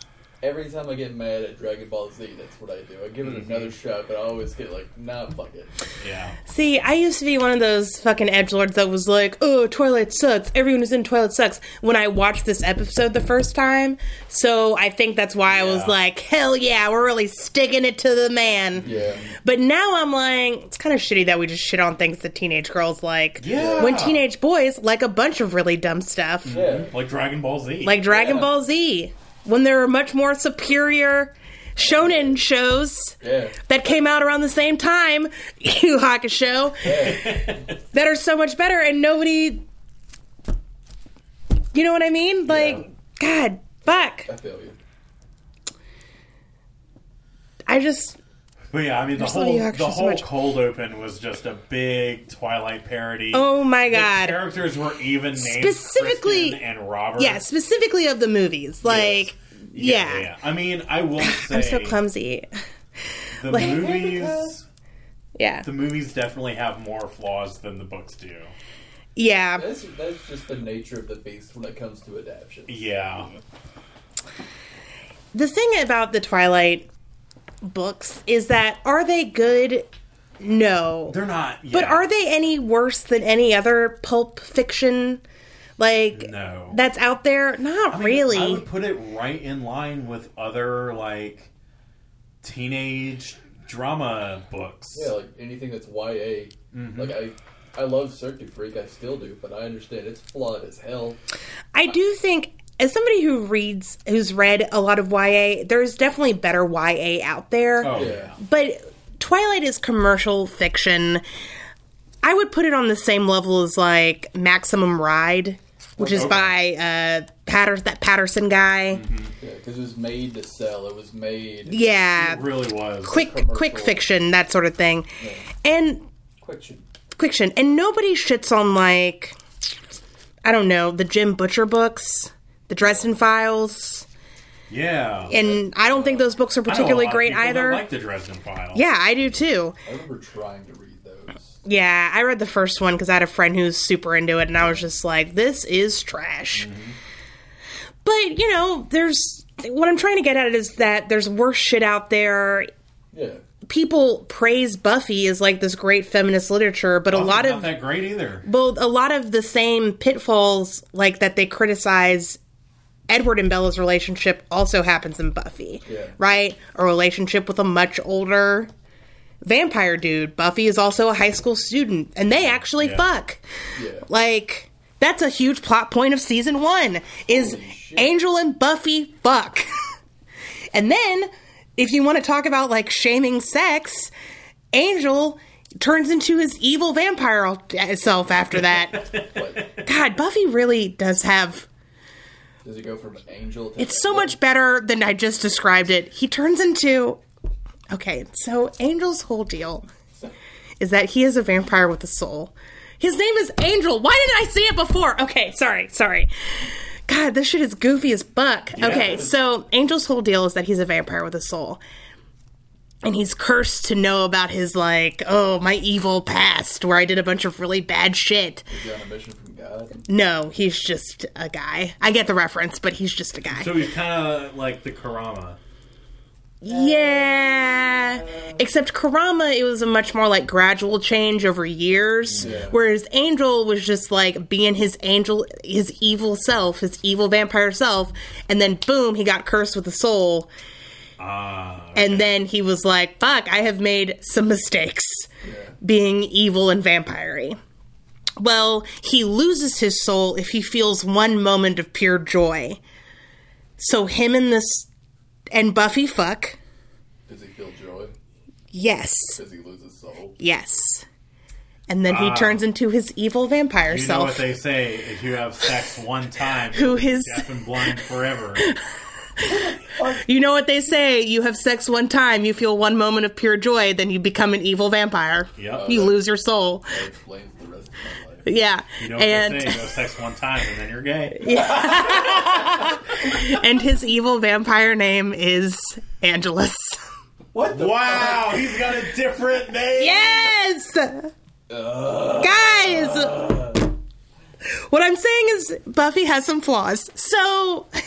Every time I get mad at Dragon Ball Z, that's what I do. I give it
Mm-hmm.
another shot, but I always get like, nah, fuck it.
Yeah.
See, I used to be one of those fucking edgelords that was like, oh, Twilight sucks. Everyone who's in Twilight sucks. When I watched this episode the first time. So I think that's why I was
Yeah.
like, hell yeah, we're really sticking it to the man.
Yeah.
But now I'm like, it's kind of shitty that we just shit on things that teenage girls like.
Yeah.
When teenage boys like a bunch of really dumb stuff,
Yeah.
Like Dragon Ball Z.
like Dragon
Yeah.
Ball Z, when there are much more superior shonen shows
Yeah.
Mm-hmm.
that came out around the same time, Yu Hakusho, that are so much better, and nobody. You know what I mean? Like, God, fuck.
I feel you.
I just.
But yeah, I mean, the
so many
whole, the
actions, so
whole
much-
cold open was just a big Twilight parody.
Oh my
The
God.
characters were even named
Specifically-
Kristen and Robert.
Yeah, specifically of the movies. Like, yeah.
I mean, I will say
I'm so clumsy.
the
Like-
movies
Yeah.
the movies definitely have more flaws than the books do.
Yeah.
That's that's just the nature of the beast when it comes to adaptation.
Yeah.
The thing about the Twilight books is that are they good? No.
They're not
But
yeah.
are they any worse than any other pulp fiction? Like
No.
that's out there? Not really.
I would put it right in line with other like teenage drama books.
Yeah, like anything that's YA.
Mm-hmm.
Like I, I love Cirque du Freak. I still do, but I understand it's flawed as hell.
I do think as somebody who reads who's read a lot of YA, there's definitely better YA out there.
Oh yeah.
Yeah.
But Twilight is commercial fiction. I would put it on the same level as like Maximum Ride, which is
Okay.
by
Mm-hmm.
uh Patter- that Patterson guy.
Yeah, because it was made to sell. It was made
Yeah.
It really was.
Quick quick
commercial.
fiction, that sort of thing. And
quick. shit.
fiction and nobody shits on like i don't know the jim butcher books the dresden files
Yeah.
and i don't think those books are
I know a lot
particularly
of
great
people that
either
like the Dresden File.
yeah i do too
I remember trying to read those.
yeah i read the first one because i had a friend who was super into it and i was just like this is trash
Mm-hmm.
but you know there's what i'm trying to get at is that there's worse shit out there
Yeah,
people praise buffy as like this great feminist literature but a lot
not
of
that great either.
well a lot of the same pitfalls like that they criticize Edward and Bella's relationship also happens in Buffy,
Yeah.
right? A relationship with a much older vampire dude. Buffy is also a high school student, and they actually
Yeah.
fuck.
Yeah.
Like that's a huge plot point of season one is
Holy shit.
Angel and Buffy fuck. and then if you want to talk about like shaming sex, Angel turns into his evil vampire al- self after that.
Like,
God, Buffy really does have
does it go from angel to
it's so much better than I just described it. He turns into Okay, so Angel's whole deal is that he is a vampire with a soul. His name is Angel. Why didn't I say it before? Okay, sorry, sorry. God, this shit is goofy as fuck. Okay, so Angel's whole deal is that he's a vampire with a soul. And he's cursed to know about his, like, oh, my evil past where I did a bunch of really bad shit.
Is he on a mission from God?
No, he's just a guy. I get the reference, but he's just a guy.
So he's kind of like the Karama.
Yeah. Except Karama, it was a much more like gradual change over years.
Yeah.
Whereas Angel was just like being his angel, his evil self, his evil vampire self. And then boom, he got cursed with a soul.
Ah,
And then he was like, fuck, I have made some mistakes being evil and vampire Well, he loses his soul if he feels one moment of pure joy. So him and this and Buffy fuck.
Does he feel joy?
Yes.
Does he lose his soul?
Yes. And then he turns into his evil vampire
you know what
self.
they say: if you have sex one time,
Who is-
deaf and blind forever?
you know what they say? You have sex one time, you feel one moment of pure joy, then you become an evil vampire.
Yep.
You lose your soul.
That explains the rest of my life.
Yeah.
You know what
and
they say: you have sex one time and then you're gay.
and his evil vampire name is Angelus.
What the
Wow, he's got a different name.
Yes! Guys! What I'm saying is Buffy has some flaws. So,
Laws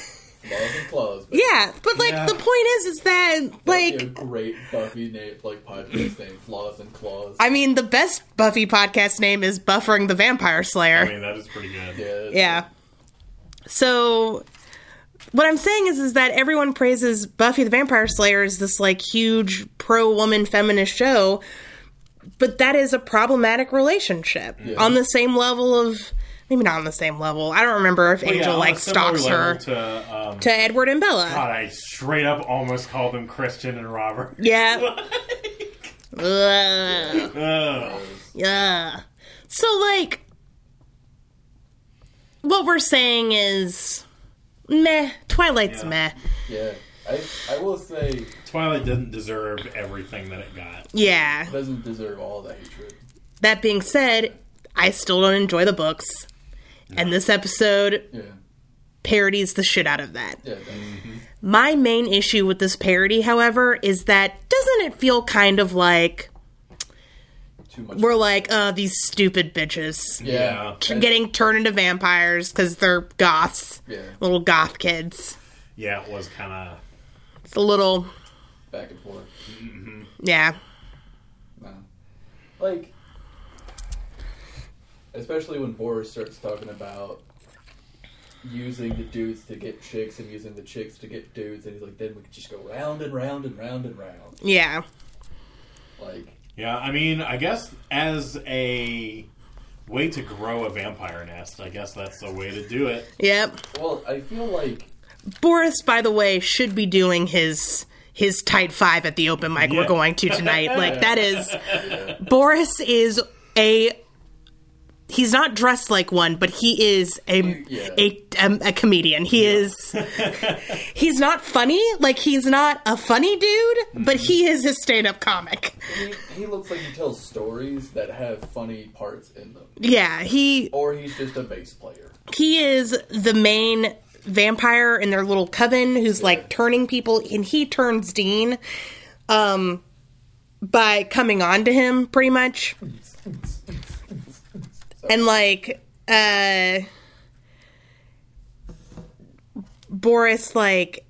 and claws. But
yeah, but like
Yeah.
the point is is that like
a great Buffy name, like podcast name, Flaws and Claws.
I mean, the best Buffy podcast name is Buffering the Vampire Slayer.
I mean, that is pretty
yeah.
good.
yeah. So what I'm saying is is that everyone praises Buffy the Vampire Slayer as this like huge pro woman feminist show, but that is a problematic relationship on the same level of maybe not on the same level. I don't remember if
Yeah,
Angel
on a
like
similar
stalks
level
her
To, um,
to Edward and Bella.
God, I straight up almost called them Christian and Robert.
Yeah. Ugh.
Ugh.
Yeah. So like what we're saying is meh, Twilight's
Yeah.
meh.
Yeah. I, I will say, it
Twilight didn't deserve everything that it got.
Yeah.
doesn't deserve all the hatred.
That being said, I still don't enjoy the books. And this episode
Yeah.
parodies the shit out of that.
Yeah. that's-
My main issue with this parody, however, is that doesn't it feel kind of like
Too much.
we're like, oh, these stupid bitches
yeah.
t- getting turned into vampires because they're goths,
Yeah.
little goth kids.
Yeah, it was kind of.
It's a little,
Back and forth.
yeah.
No. Like, especially when Boris starts talking about using the dudes to get chicks and using the chicks to get dudes, and he's like, then we could just go round and round and round and round.
Yeah.
Like,
Yeah, I mean, I guess as a way to grow a vampire nest, I guess that's the way to do it.
Yep.
well, I feel like
Boris, by the way, should be doing his his tight five at the open mic we're
Yeah.
going to tonight. Like that is Boris is a he's not dressed like one, but he is a
Yeah.
a, um, a comedian. He is he's not funny, like he's not a funny dude, but he is a stand up comic.
he, he looks like he tells stories that have funny parts in them,
Yeah, he
or he's just a bass player.
he is the main vampire in their little coven who's like turning people and he turns dean um by coming on to him pretty much and like uh boris like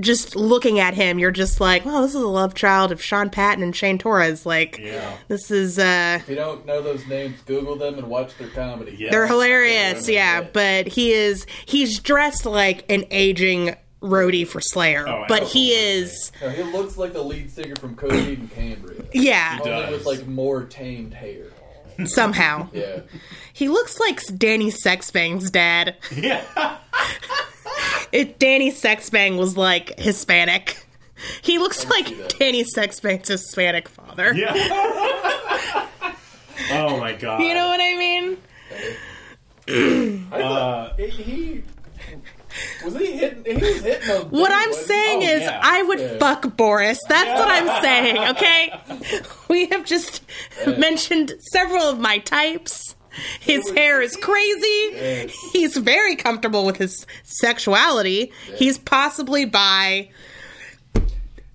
just looking at him, you're just like, well, this is a love child of Sean Patton and Shane Torres. Like,
Yeah.
this is uh,
If you don't know those names, Google them and watch their comedy.
Yeah.
they're
Yes.
hilarious.
Yeah,
Yeah,
yeah.
but he is he's dressed like an aging roadie for Slayer,
Oh,
but he
absolutely.
is
Now, he looks like the lead singer from Cody and Cambria.
yeah
He
Only
does.
with like more tamed hair.
somehow
Yeah.
he looks like Danny Sexbang's dad.
Yeah.
If Danny Sexbang was like Hispanic. He looks
I can see
like
that.
Danny Sexbang's Hispanic father.
Yeah. oh my god.
You know what I mean?
I thought, he- he was he hitting. He was hitting them.
What I'm saying
oh,
is,
yeah.
I would
Yeah.
fuck Boris. That's what I'm saying, okay? We have just mentioned several of my types. His hair is crazy. He's very comfortable with his sexuality. He's possibly bi.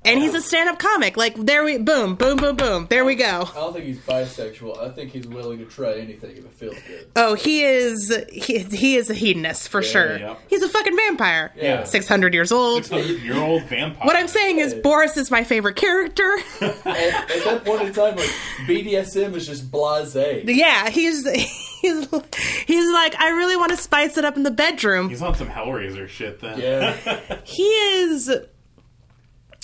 And he's a stand up comic. Like, there we, boom, boom, boom, boom. There we go.
I don't think he's bisexual. I think he's willing to try anything if it feels good.
Oh, he is, he, he is a hedonist for sure.
yep.
He's a fucking vampire.
Yeah.
600 years old.
Your old vampire.
What I'm saying is, Boris is my favorite character.
At, at that point in time, like BDSM is just blasé.
Yeah, he's he's he's like, I really want to spice it up in the bedroom.
He's on some Hellraiser shit then.
Yeah.
He is.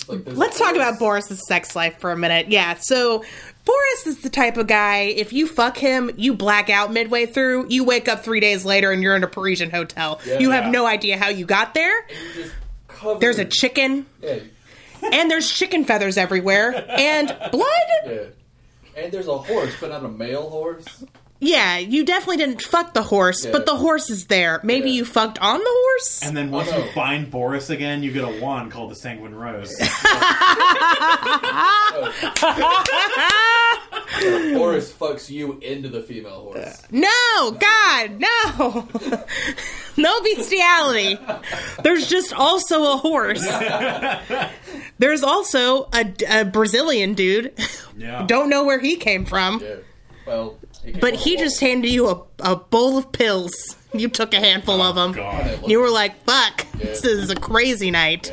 It's Like there's-
Let's talk about Boris's sex life for a minute. Yeah, so Boris is the type of guy. If you fuck him, you black out midway through. You wake up three days later and you're in a Parisian hotel.
Yeah.
you have
Yeah.
no idea how you got there.
He's just covered-
There's a chicken,
Yeah.
and there's chicken feathers everywhere, and blood.
Yeah. And there's a horse, but not a male horse.
Yeah, you definitely didn't fuck the horse,
Yeah.
but the horse is there. Maybe
Yeah.
you fucked on the horse.
And then once
Oh, no.
you find Boris again, you get a wand called the Sanguine Rose.
The horse fucks you into the female horse.
No, God, no. no bestiality. There's just also a horse. There's also a, a Brazilian dude.
Yeah.
Don't know where he came from,
Yeah. Well, came
but
on
he
the wall.
just handed you a, a bowl of pills. You took a handful of 'em. of them.
Oh, God.
You were like, fuck, this is a crazy night.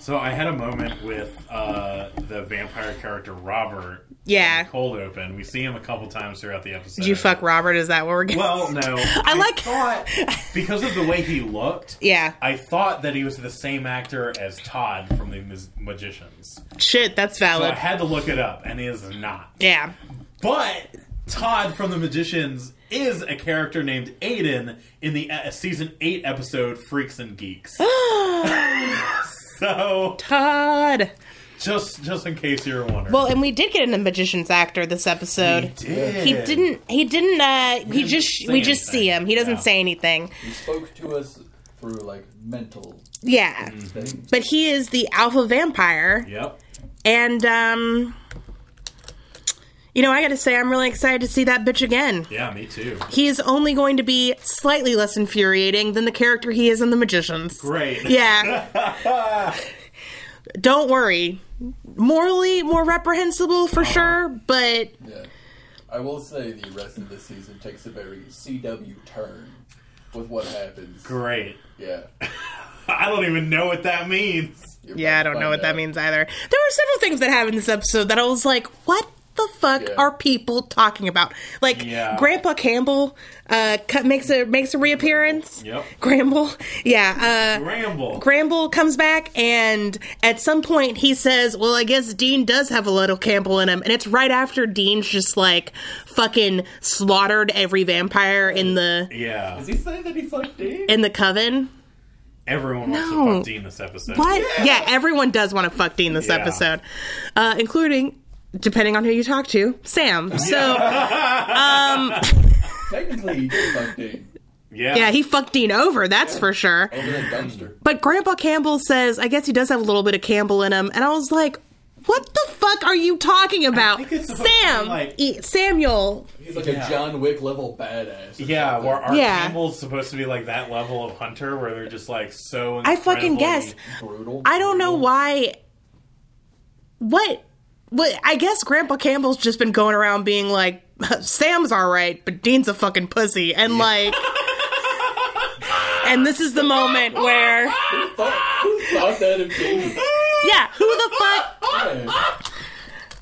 So I had a moment with uh, the vampire character Robert.
Yeah.
in Cold open. We see him a couple times throughout the episode.
Did you fuck Robert? Is that what we're getting?
Well, no.
I like.
thought because of the way he looked.
Yeah.
I thought that he was the same actor as Todd from the Mag- Magicians.
Shit, that's
So I
valid.
had to look it up, and he is not.
Yeah.
But Todd from the Magicians is a character named Aiden in the uh, season eight episode Freaks and Geeks. so
Todd.
just just in case you're wondering,
Well, and we did get in the magician's actor this episode.
he did.
He didn't. He didn't. Uh, we
didn't
just
say
we just
anything.
see him. He doesn't
Yeah.
say anything.
He spoke to us through like mental
Yeah,
Mm.
things.
but he is the alpha vampire,
Yep.
and um, you know, I got to say, I'm really excited to see that bitch again.
Yeah, me too.
He is only going to be slightly less infuriating than the character he is in The Magicians.
Great.
Yeah. Don't worry. Morally more reprehensible for sure, but
Yeah. I will say the rest of this season takes a very CW turn with what happens.
Great.
Yeah.
I don't even know what that means.
You're
Yeah, I
about to
don't know
find
what that
out.
means either. There were several things that happened in this episode that I was like, what the fuck
Yeah.
are people talking about? Like
Yeah.
Grandpa Campbell uh, cut, makes a makes a reappearance.
Yep.
Gramble, yeah. Uh,
Ramble.
Gramble comes back, and at some point he says, "Well, I guess Dean does have a little Campbell in him," and it's right after Dean's just like fucking slaughtered every vampire in the
yeah.
Is he saying that he fucked Dean?
in the coven.
Everyone wants
No.
to fuck Dean this episode.
What? Yeah, everyone does want to fuck Dean this
Yeah.
episode, uh, including, depending on who you talk to, Sam. So yeah.
Technically, he did fuck Dean.
Yeah.
he fucked Dean over, that's for sure.
Over that dumpster.
But Grandpa Campbell says, I guess he does have a little bit of Campbell in him, and I was like, what the fuck are you talking about,
think it's supposed to be
Sam?
like-
E- Samuel.
He's like
Yeah.
a John Wick level badass. or
Yeah,
something.
where Art
Yeah.
Campbell's supposed to be like that level of hunter, where they're just like so.
I fucking
incredibly-
guess.
brutal.
I don't know why. What? What? I guess Grandpa Campbell's just been going around being like, Sam's all right, but Dean's a fucking pussy, and like, and this is the moment where,
Who thought, who thought that of Jamie?
yeah, who the fuck?
Man.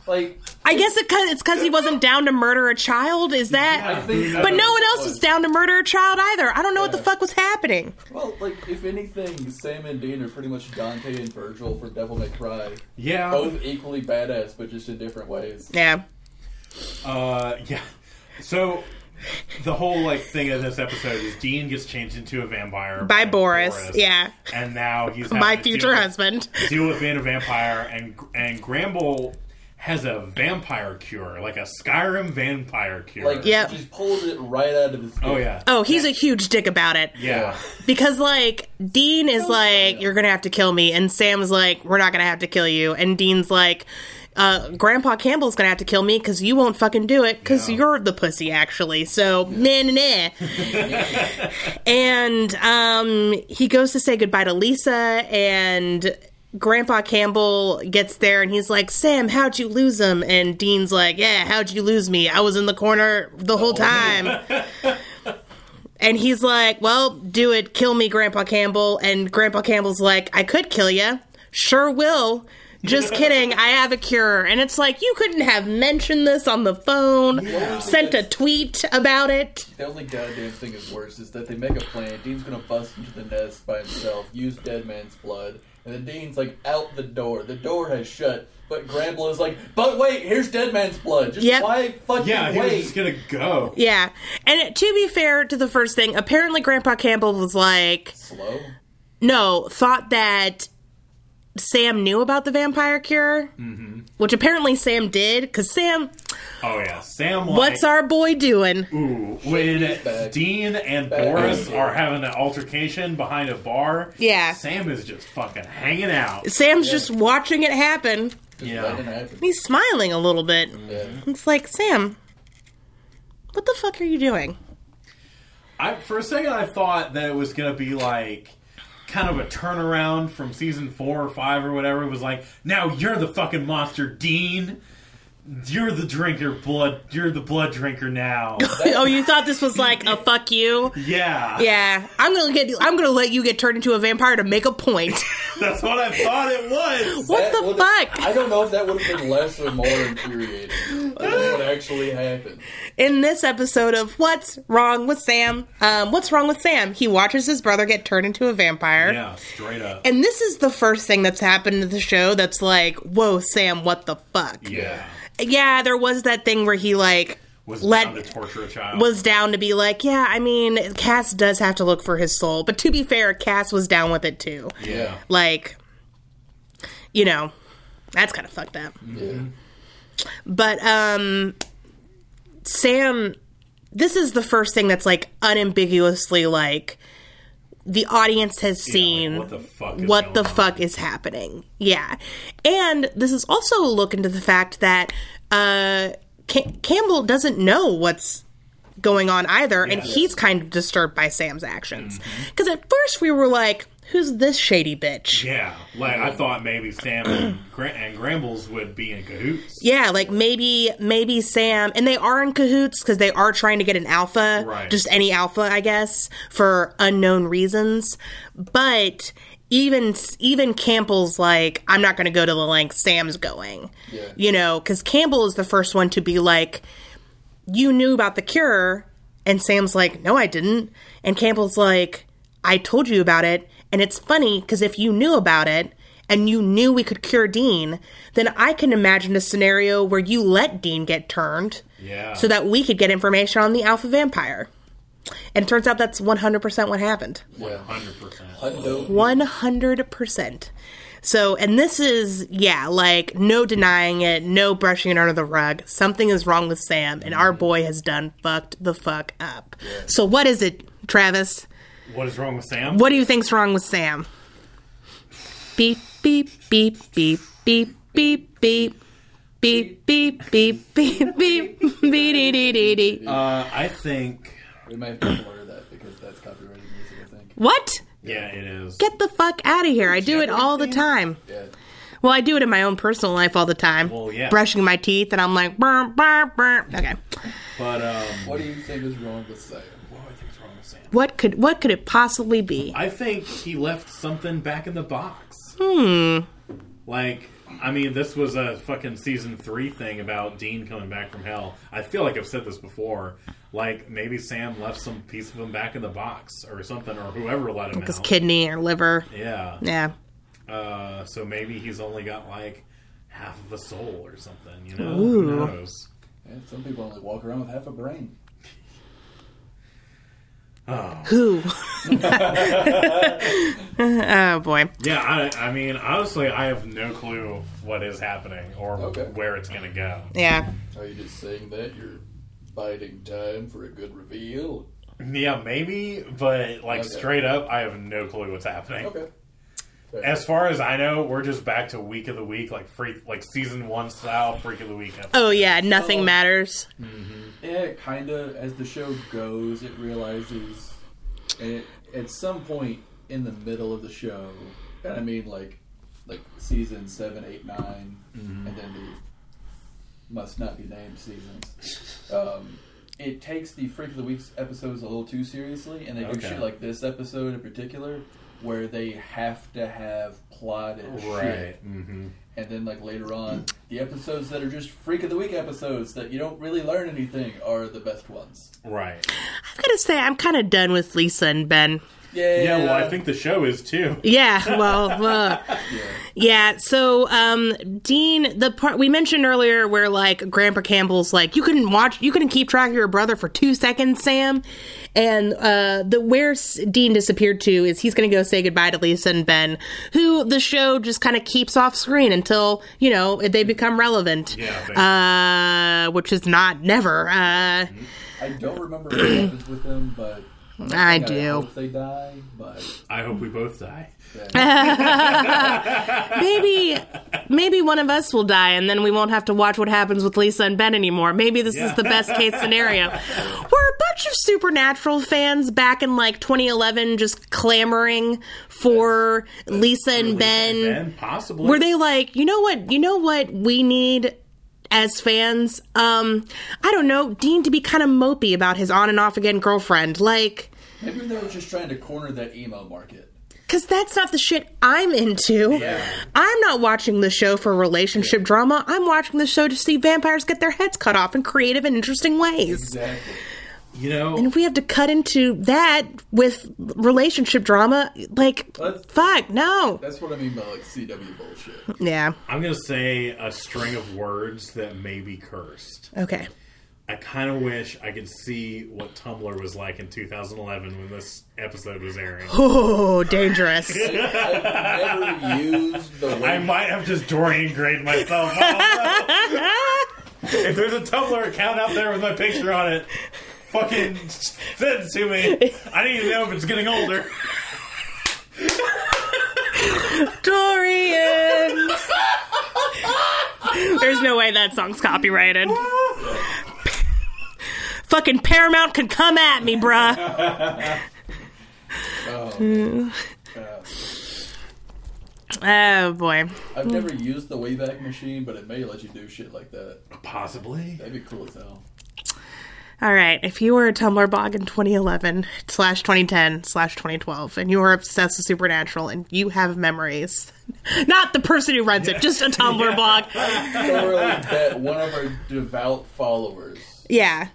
Like,
I guess it cause, it's because he wasn't down to murder a child. Is
I
that?
think.
But no one else was down to murder a child either. I don't know what the fuck was happening.
Well, like, if anything, Sam and Dean are pretty much Dante and Virgil for Devil May Cry.
Yeah.
Both equally badass, but just in different ways.
Yeah.
Uh, yeah. So the whole like thing of this episode is Dean gets changed into a vampire
By Boris, yeah.
and now he's
My
having to
future
deal with-
husband.
deal with being a vampire, and and Gramble has a vampire cure, like a Skyrim vampire cure.
Like,
Yep.
just pulls it right out of his.
oh yeah,
Oh, he's a huge dick about it.
yeah,
Because like Dean is like, you're gonna have to kill me, and Sam's like, we're not gonna have to kill you, and Dean's like, uh, Grandpa Campbell's gonna have to kill me because you won't fucking do it because
Yeah.
you're the pussy actually. So nah nah nah. and um, he goes to say goodbye to Lisa, and Grandpa Campbell gets there, and he's like, Sam, how'd you lose him? And Dean's like, Yeah, how'd you lose me? I was in the corner the whole time. And he's like, "Well, do it, kill me, Grandpa Campbell." And Grandpa Campbell's like, "I could kill you, sure will. Just kidding, I have a cure." And it's like, you couldn't have mentioned this on the phone,
Yeah.
sent a tweet about it.
The only goddamn thing is worse is that they make a plan. Dean's gonna bust into the nest by himself, use dead man's blood, and then Dean's like out the door. The door has shut, but Gramble is like, "But wait, here's dead man's blood. Just
Yep.
why fucking
yeah. He was
wait?"
just gonna go.
Yeah. And to be fair to the first thing, apparently Grandpa Campbell was like,
Slow.
no, thought that Sam knew about the vampire cure, mm-hmm. which apparently Sam did, because Sam,
Oh yeah, Sam. Like,
what's our boy doing?
Ooh, when
He's back.
Dean and
Back.
Boris are having an altercation behind a bar,
Yeah.
Sam is just fucking hanging out.
Sam's just watching it happen.
Just
Yeah.
let it happen.
He's smiling a little bit.
Yeah.
It's like, Sam, what the fuck are you doing?
I for a second I thought that it was gonna be like kind of a turnaround from season four or five or whatever. It was like, now you're the fucking monster, Dean. You're the drinker, blood. You're the blood drinker now.
oh, you thought this was like a fuck you?
Yeah,
Yeah, I'm gonna get. I'm gonna let you get turned into a vampire to make a point.
that's what I thought it was.
What
That
the
would've-
fuck?
I don't know if that would have been less or more infuriating than what actually happened.
In this episode of What's Wrong with Sam? Um, what's wrong with Sam? He watches his brother get turned into a vampire.
Yeah, straight up.
And this is the first thing that's happened to the show that's like, whoa, Sam, what the fuck?
yeah,
Yeah, there was that thing where he like
was
let
let to torture a child.
was down to be like, yeah, I mean, Cass does have to look for his soul. But to be fair, Cass was down with it too.
Yeah.
Like, you know, that's kind of fucked up.
Yeah.
Mm-hmm.
But um Sam this is the first thing that's like unambiguously like the audience has seen
what the fuck is
what the
going on?
fuck is happening. Yeah. And this is also a look into the fact that uh Ca- Campbell doesn't know what's going on either and
Yeah. Mm-hmm.
he's kind of disturbed by Sam's actions. Cuz at first we were like who's this shady bitch?
yeah, like I thought maybe Sam and, Gra- and Grambles would be in cahoots.
Yeah, like maybe maybe Sam and they are in cahoots because they are trying to get an alpha,
Right.
just any alpha, I guess, for unknown reasons. But even even Campbell's like, I'm not going to go to the length Sam's going.
Yeah.
You know, because Campbell is the first one to be like, you knew about the cure, and Sam's like, no, I didn't, and Campbell's like, I told you about it, and it's funny because if you knew about it and you knew we could cure Dean, then I can imagine a scenario where you let Dean get turned
Yeah,
so that we could get information on the alpha vampire. And it turns out that's 100% what happened.
Yeah.
hundred percent.
Hundo.
100%. So, and this is, yeah, like no denying it, no brushing it under the rug. Something is wrong with Sam, and our boy has done fucked the fuck up. So, what is it, Travis?
What is wrong with Sam?
What do you think's wrong with Sam? Beep, beep, beep, beep, beep, beep, beep. Beep beep beep beep beep beep dee dee dee dee.
Uh, I think.
We might have to blur that because that's copyrighted music, I think.
What?
Yeah, it is.
Get the fuck out of here! I do it all the time.
Yeah.
Well, I do it in my own personal life all the time.
Well, yeah.
Brushing my teeth, and I'm like, burr, burr, burr. Okay.
But um,
What do you think is wrong with Sam?
What do I think is wrong with Sam.
What could what could it possibly be?
I think he left something back in the box.
Hmm.
Like, I mean, this was a fucking season three thing about Dean coming back from hell. I feel like I've said this before. Like, maybe Sam left some piece of him back in the box or something, or whoever let him
His
out.
kidney or liver?
Yeah.
Yeah.
Uh, so maybe he's only got like half of a soul or something. You know?
Ooh.
Who knows?
Yeah, some people only walk around with half a brain.
Oh.
Who? oh boy.
Yeah, I, I mean, honestly, I have no clue what is happening or
Okay.
where it's gonna go.
Yeah.
Are you just saying that? You're biding time for a good reveal?
Yeah, maybe, but like
Okay.
straight up, I have no clue what's happening.
Okay.
As far as I know, we're just back to week of the week, like freak, like season one style freak of the week. episode.
Oh yeah. Nothing
So-
matters.
Yeah, kind of. As the show goes, it realizes and it, at some point in the middle of the show, and I mean like like season seven, eight, nine,
Mm-hmm.
and then the must not be named seasons. Um, it takes the Freak of the Week's episodes a little too seriously, and they do
Okay.
shit like this episode in particular, where they have to have plotted shit
Right. Mm-hmm.
and then like later on the episodes that are just freak of the week episodes that you don't really learn anything are the best ones
Right.
I've got to say I'm kind of done with Lisa and Ben.
yeah
Yeah. Well, I think the show is too.
Yeah. Well. uh,
yeah.
yeah. So um, Dean, the part we mentioned earlier where like Grandpa Campbell's like you couldn't watch, you couldn't keep track of your brother for two seconds, Sam. And uh, the where S- Dean disappeared to is he's going to go say goodbye to Lisa and Ben, who the show just kind of keeps off screen until you know they become relevant.
Yeah. basically.
uh, which is not never. Uh,
i don't remember what happens with them but
I
think
do.
hope they die but
I hope we both die.
yeah.
Maybe, maybe one of us will die, and then we won't have to watch what happens with Lisa and Ben anymore. Maybe this is
Yeah.
the best case scenario. We're a bunch of supernatural fans back in like 2011, just clamoring for Lisa and Ben.
Ben, possibly.
Mm. Were they like, you know what, you know what we need as fans? Um, I don't know, Dean to be kind of mopey about his on and off again girlfriend, like.
maybe they were just trying to corner that emo market
Cause that's not the shit I'm into.
Yeah.
I'm not watching the show for relationship drama. I'm watching the show to see vampires get their heads cut off in creative and interesting ways.
exactly
You know.
If we have to cut into that with relationship drama, like,
Let's-
fuck, no.
that's what i mean by like cw bullshit
Yeah.
I'm gonna say a string of words that may be cursed.
Okay.
I kind of wish I could see what Tumblr was like in 2011 when this episode was airing.
Oh, dangerous.
i've never used the
I
word
might have just Dorian grayed myself. I don't know. if there's a Tumblr account out there with my picture on it, fucking send it to me. I need to know if it's getting older.
Dorian. There's no way that song's copyrighted. Fucking Paramount can come at me, bruh.
uh,
Oh boy.
i've never used the wayback machine but it may let you do shit like that
Possibly.
that'd be cool as hell
All right. If you were a Tumblr blog in 2011 slash 2010 slash 2012 and you were obsessed with Supernatural and you have memories, not the person who runs it, just a Tumblr blog.
thoroughly bet one of our devout followers
Yeah.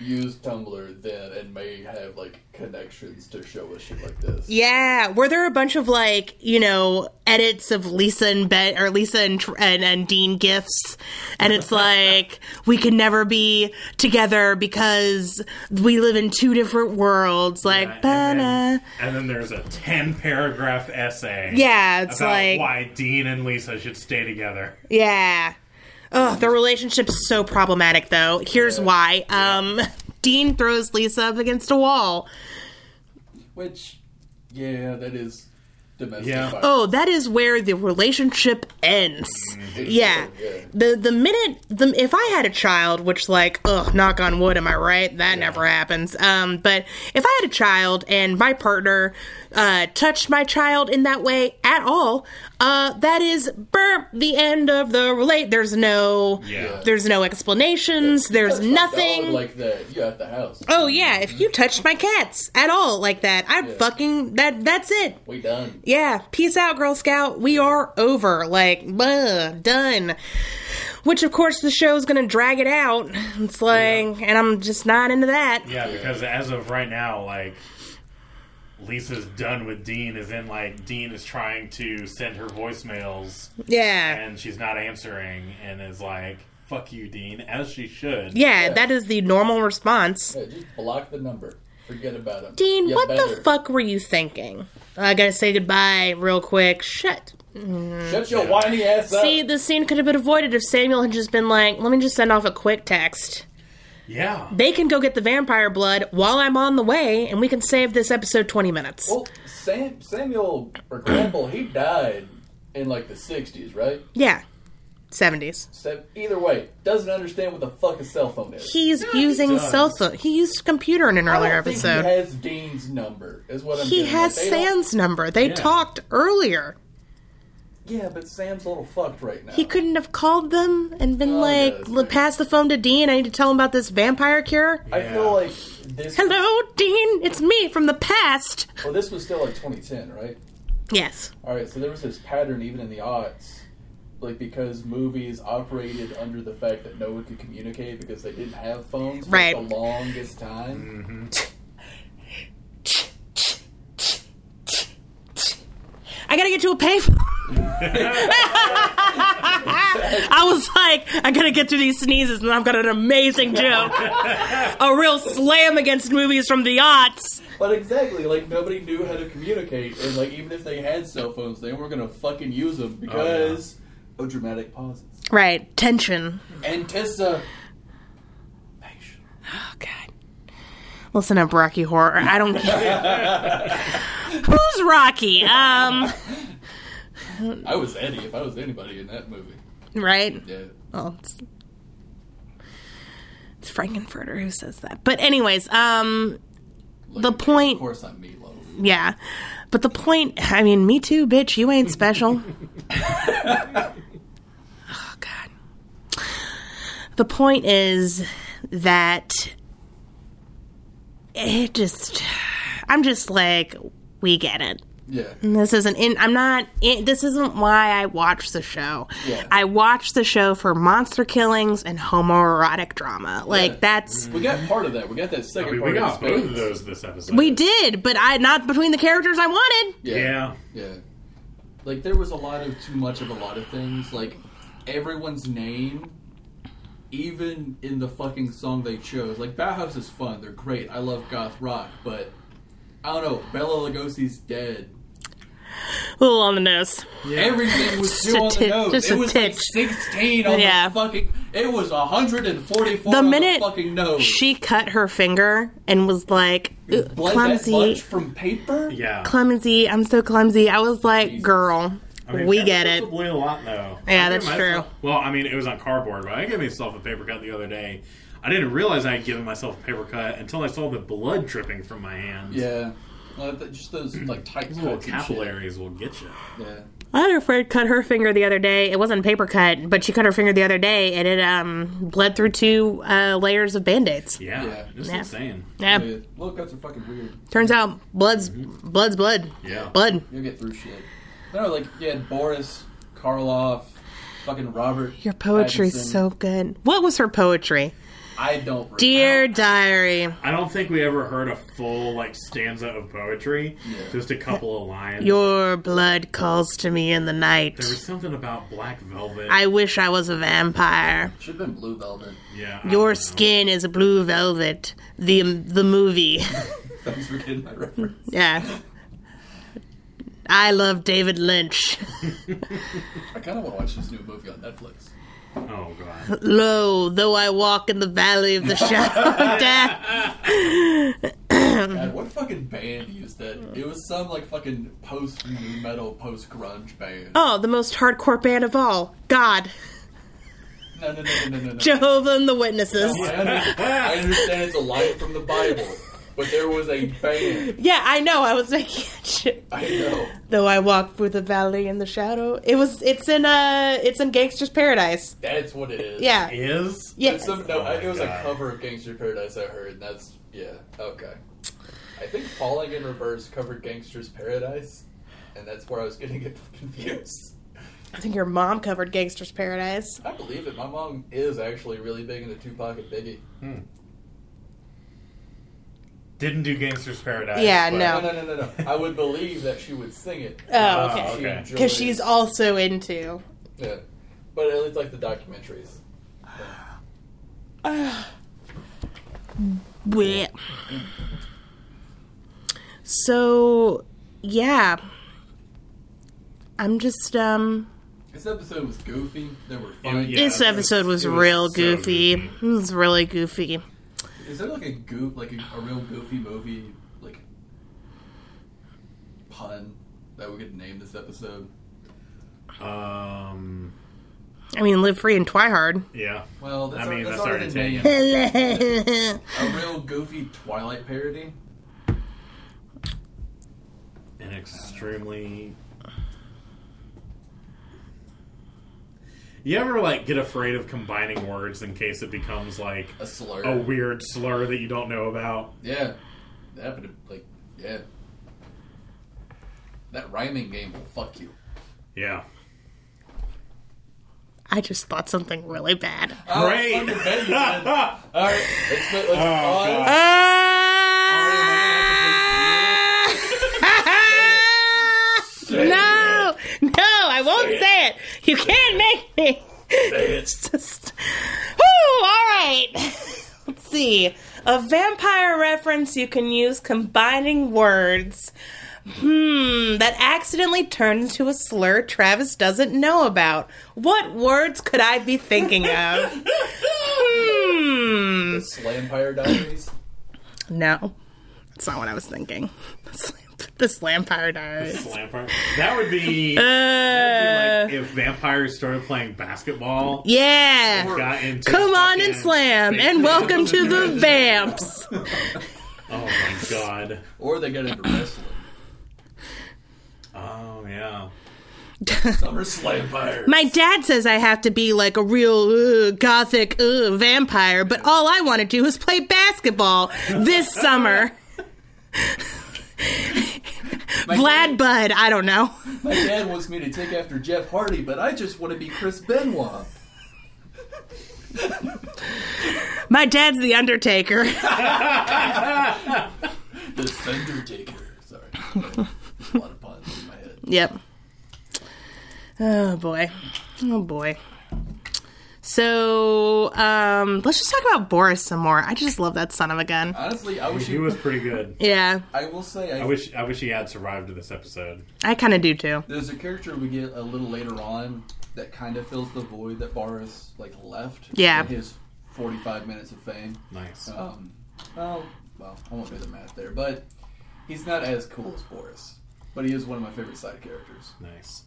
used Tumblr then and may have like connections to show us shit like this.
Yeah. Were there a bunch of like, you know, edits of Lisa and Ben or Lisa and, Tr- and, and Dean gifts? And it's like, we can never be together because we live in two different worlds. Like,
And
ba-na.
then, and then there's a 10 paragraph essay.
yeah. It's
About
like.
why Dean and Lisa should stay together.
Yeah. Oh, the relationship's so problematic, though. Here's
Yeah.
why. Um, Dean throws Lisa up against a wall.
Which, yeah, that is domestic
Yeah.
violence.
Oh, that is where the relationship ends.
Mm.
Oh, Yeah.
Yeah.
The the minute the if I had a child, which like, ugh, knock on wood, am I right? That never happens. Um, but if I had a child and my partner uh, touched my child in that way at all, uh, that is burp the end of the relate. There's no
Yeah.
there's no explanations. There's
That's my
nothing.
dog like that. You at the house.
Oh yeah, if you touched my cats at all like that, I'm
Yeah.
fucking that. That's it.
We done.
Yeah, peace out, Girl Scout. We are over. Like, buh, done. Which, of course, the show's gonna drag it out. It's like, and I'm just not into that.
Yeah, because as of right now, like Lisa's done with Dean is in like Dean is trying to send her voicemails
Yeah.
and she's not answering and is like, Fuck you, Dean, as she should.
Yeah, that is the normal response.
Yeah, just block the number. Forget about him.
Dean,
You
what
better.
the fuck were you thinking? I gotta say goodbye real quick. Shut.
Shut your whiny ass up.
See, this scene could have been avoided if Samuel had just been like, let me just send off a quick text.
Yeah.
They can go get the vampire blood while I'm on the way, and we can save this episode 20 minutes.
Well, Oh, Sam Samuel or Grumble, he died in like the '60s, right?
Yeah. 70s.
So either way, doesn't understand what the fuck a cell phone is.
He's using
does.
cell phone. He used a computer in an
I don't
earlier
think
episode.
he has Dean's number. Is what I'm.
he
getting at.
has
They don't-
Sam's number. They
Yeah.
talked earlier.
Yeah, but Sam's a little fucked right now.
He couldn't have called them and been
Oh,
like,
yeah, that's
"L-
right.
"Pass the phone to Dean. I need to tell him about this vampire cure."
I
Yeah.
feel like this.
Hello, Dean. It's me from the past.
Well, this was still like 2010, right?
Yes.
All right, so there was this pattern even in the aughts, like because movies operated under the fact that no one could communicate because they didn't have phones for
Right.
the longest time.
I gotta get you a payphone. I was like, I gotta get through these sneezes, and I've got an amazing joke. a real slam against movies from the aughts.
But exactly, like nobody knew how to communicate, and like even if they had cell phones, they weren't gonna fucking use them because of dramatic pauses.
Right. Tension.
And Tessa, patient.
Oh, God. Listen up, Rocky Horror. I don't care. Who's Rocky? Um,
I was Eddie if I was anybody in that movie.
right?
Yeah.
Well, it's, it's Frankenfurter who says that. But, anyways, um,
Look
The
at me.
point-
Of course, I'm Meatloaf.
yeah. But the point, I mean, me too, bitch. You ain't special. oh, God. The point is that it just, I'm just like, we get it.
Yeah.
This isn't in. I'm not. In, this isn't why I watch the show.
Yeah.
I watch the show for monster killings and homoerotic drama. Like
Yeah.
that's
Mm-hmm.
We got part of that. We got that
I
second
mean, we
part of
got both
the
of
space.
those this episode.
we did, but I not between the characters I wanted.
Yeah.
Yeah. Like there was a lot of too much of a lot of things. Like everyone's name, even in the fucking song they chose. Like Bauhaus is fun. They're great. I love goth rock, but I don't know. Bella Lugosi's dead.
A little on the nose.
Everything was
Just
still
a
on the
tit-
nose.
just
it
a
was like
titch.
sixteen on
Yeah.
the fucking. It was hundred and forty-four.
The
on
minute
the fucking nose.
She cut her finger and was like "Ooh,
bled that much
clumsy,
from paper.
Yeah.
clumsy. I'm so clumsy. I was like,
Jesus.
girl,
I mean,
we
that
get
was
it.
a blue lot though.
Yeah,
I
that's
gave
true.
myself- Well, I mean, it was on cardboard, but I gave myself a paper cut the other day. I didn't realize I had given myself a paper cut until I saw the blood dripping from my hands.
Yeah. Well, th- just those like tight
These little
cuts and shit.
capillaries will get you.
Yeah.
I had a friend cut her finger the other day. It wasn't a paper cut, but she cut her finger the other day, and it um bled through two uh, layers of band aids.
Yeah,
Yeah.
it's
Yeah.
insane.
Yeah.
Yeah, Little cuts are fucking weird.
Turns out blood's blood's blood.
Yeah.
Blood.
You'll get through shit. No, like you had Boris Karloff, fucking Robert.
Your poetry's
Pattinson.
so good. What was her poetry?
I don't. re-
Dear diary,
I don't think we ever heard a full like stanza of poetry. Just a couple of lines.
your blood calls to me in the night.
there was something about black velvet.
I wish I was a vampire.
Should've been Blue Velvet.
yeah, I
Your
don't know.
skin is blue velvet. The the movie.
Thanks for getting my reference.
yeah. I love David Lynch.
I kind of want to watch this new movie on Netflix.
Oh god.
Lo, though I walk in the valley of the shadow of death.
God, what fucking band used it? It was some like fucking post new metal, post grunge band.
Oh, the most hardcore band of all. God.
No, no, no, no, no, no.
Jehovah and the Witnesses.
I, under- I understand it's a line from the Bible, but there was a band.
Yeah, I know. I was making that shit.
I know.
Though I walk through the valley in the shadow. It was. It's in uh. It's in Gangster's Paradise.
That's what it is.
Yeah.
Is
Yeah.
It's some, no,
Oh my
it was a
God.
cover of Gangster Paradise I heard, and that's yeah, okay. I think Falling in Reverse covered Gangster's Paradise, and that's where I was gonna get confused.
I think your mom covered Gangster's Paradise.
I believe it. My mom is actually really big into Tupac and Biggie.
Hmm. didn't do Gangster's Paradise.
Yeah,
but-
no.
No, no, no, no, no. I would believe that she would sing it.
Oh,
okay.
okay.
She
okay.
Because
enjoyed-
she's also into.
Yeah. But at least like the documentaries.
Bleh. So, yeah. I'm just um.
This episode was goofy. They were funny.
Yeah,
this
it was-
episode was,
it was
real
so
goofy. It
goofy.
was really goofy.
Is there like a goof, like a, a real goofy movie, like pun that we could name this episode?
Um.
I mean, live free and try hard.
Yeah.
Well, that's,
I mean,
al- that's,
that's
already
already
named.
taken.
Twilight
A real goofy Twilight parody.
An extremely. You ever like get afraid of combining words in case it becomes like
A slur.
a weird slur that you don't know about?
Yeah, that happened. To, like, yeah, that rhyming game will fuck you.
Yeah.
I just thought something really bad.
Great. Oh,
I fucking bet you did. All right, let's, let's pause.
Uh,
God.
no, no, I won't
it.
say it. You can't make me. It's just. Whew, all right. Let's see. A vampire reference you can use combining words. Hmm, that accidentally turned into a slur Travis doesn't know about. What words could I be thinking of? Hmm.
The Slampire Diaries.
No, that's not what I was thinking. The Slampire Diaries.
Slampire. That would be,
Uh,
that would be like if vampires started playing basketball.
yeah.
Got into
Come on
fucking
and slam, and
baseball.
welcome to the vamps.
Oh my god.
Or they get into wrestling.
Oh yeah.
Summer Slampire.
My dad says I have to be like a real uh, gothic uh, vampire, but all I want to do is play basketball this summer. Vlad Bud, I don't know.
My dad wants me to take after Jeff Hardy, but I just want to be Chris Benoit.
My dad's the Undertaker.
The Thunder Taker. Sorry. A lot of puns in my head.
Yep. Oh boy. Oh boy. So, um, let's just talk about Boris some more. I just love that son of a gun.
Honestly, I wish
He
you.
was pretty good.
Yeah,
I will say, I,
I wish I wish he had survived this episode.
I kind of do too.
there's a character we get a little later on that kind of fills the void that Boris like left.
Yeah.
In his 45 minutes of fame.
Nice.
Um, well, well, I won't do the math there, but he's not as cool as Boris, but he is one of my favorite side characters.
Nice.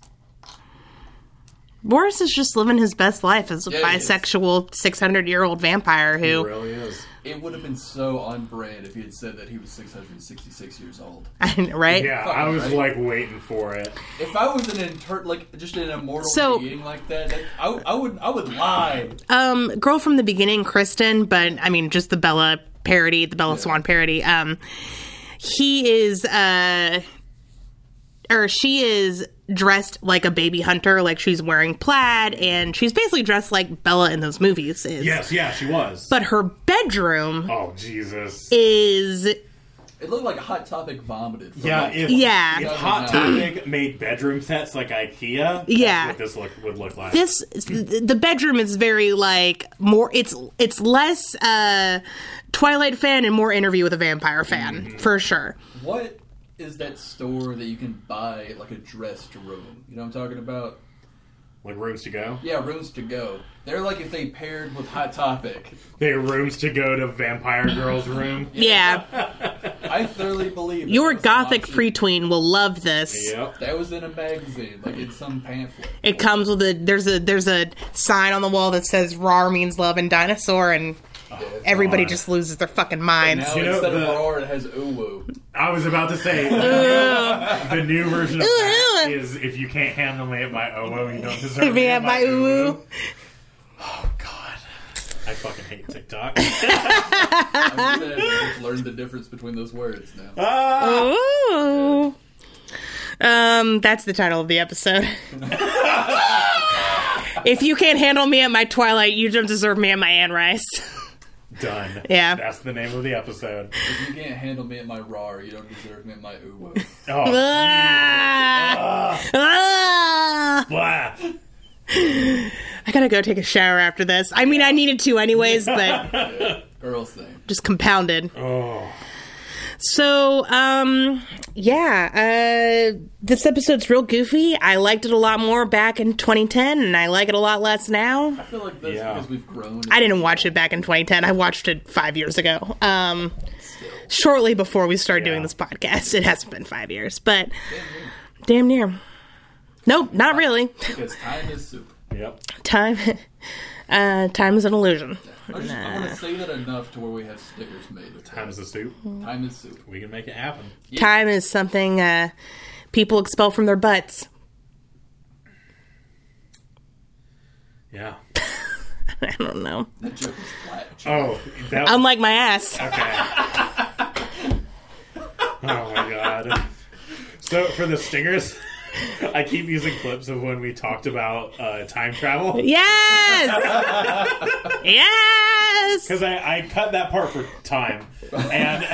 Boris is just living his best life as a
Yeah, he is.
bisexual 600 year old vampire
He
who
really is.
It would have been so on brand if he had said that he was 666 years old.
right?
Yeah, I was like waiting for it.
If I was an inter- like just an immortal
So-
being like that, that- I, I would I would lie.
Um, girl from the beginning, Kristen, but I mean, just the Bella parody, the Bella Swan parody. Um, he is, uh, or she is dressed like a baby hunter, like she's wearing plaid, and she's basically dressed like Bella in those movies is.
Yes, yeah, she was.
But her bedroom
oh Jesus.
is,
It looked like a hot topic vomited. From
yeah,
like,
if
Yeah.
if Hot Topic made bedroom sets like IKEA,
Yeah.
that's what this look would look like.
this the bedroom is very like more it's it's less uh twilight fan and more interview with a vampire fan for sure
what is that store that you can buy like a dressed room? You know what I'm talking about?
like rooms to go.
Yeah, rooms to go. They're like if they paired with Hot Topic.
They rooms to go to Vampire Girl's room.
yeah
I thoroughly believe
Your
that was an
gothic
option.
preteen will love this.
Yep.
That was in a magazine, like in some pamphlet.
It comes with a there's a there's a sign on the wall that says "Rar means love" and dinosaur, and everybody
God.
just loses their fucking minds.
Now
You know,
instead
the-
of roar, it has uwu.
I was about to say the new version of that
Ooh, ooh.
is if you can't handle me at my owo, you don't deserve
Me
me
at my uwu.
Oh God, I fucking hate TikTok.
I'm sad that we've learned the difference between those words now.
Ah!
Ooh. Oh. Um, that's the title of the episode. if you can't handle me at my Twilight, you don't deserve me at my Anne Rice.
Done.
Yeah.
that's the name of the episode.
If you can't handle me at my roar, you don't deserve me at my uwu.
Oh,
Ah! Ah!
blah.
I gotta go take a shower after this. I mean, I needed to anyways, but
Earl's thing.
just compounded.
Oh,
So, um, yeah, uh, this episode's real goofy. I liked it a lot more back in 2010, and I like it a lot less now.
I feel like that's
Yeah.
because we've grown.
I didn't watch it back in 2010. I watched it five years ago. Um, shortly before we started
Yeah.
doing this podcast. It hasn't been five years, but damn near. Nope, not really.
Because time is soup.
yep.
Time, uh, time is an illusion. Uh,
I, just, I want to say that enough to where we have stickers made.
Times the soup.
Time is soup.
We can make it happen.
Time is something uh, people expel from their butts.
Yeah.
I don't know.
That joke is flat.
Oh, that.
Unlike my ass.
okay. oh my god. So for the stingers, I keep using clips of when we talked about uh, time travel.
Yes. yes.
Because I, I cut that part for time, and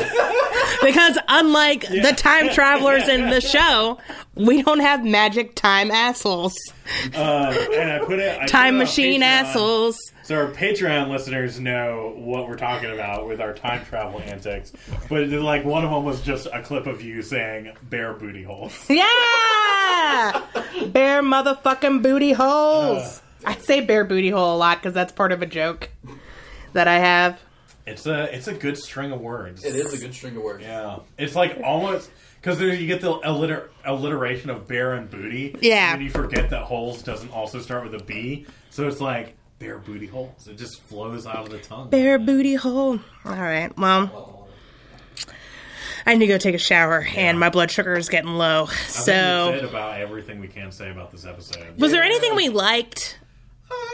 Because unlike the time travelers in the show, we don't have magic time assholes,
uh, and I put it I put it
time
on
machine
Patreon,
assholes.
So our Patreon listeners know what we're talking about with our time travel antics. But like one of them was just a clip of you saying "bare booty holes."
Yeah! Bare motherfucking booty holes. I say bare booty hole a lot because that's part of a joke that I have.
It's a it's a good string of words.
It is a good string of words.
Yeah, it's like almost because you get the alliter- alliteration of bear and booty.
Yeah.
and then you forget that holes doesn't also start with a B, so it's like bear booty holes. It just flows out of the tongue.
Bare booty hole. All right, well,
Oh,
I need to go take a shower and my blood sugar is getting low.
I think we've
So,
said about everything we can say about this episode.
was there anything we liked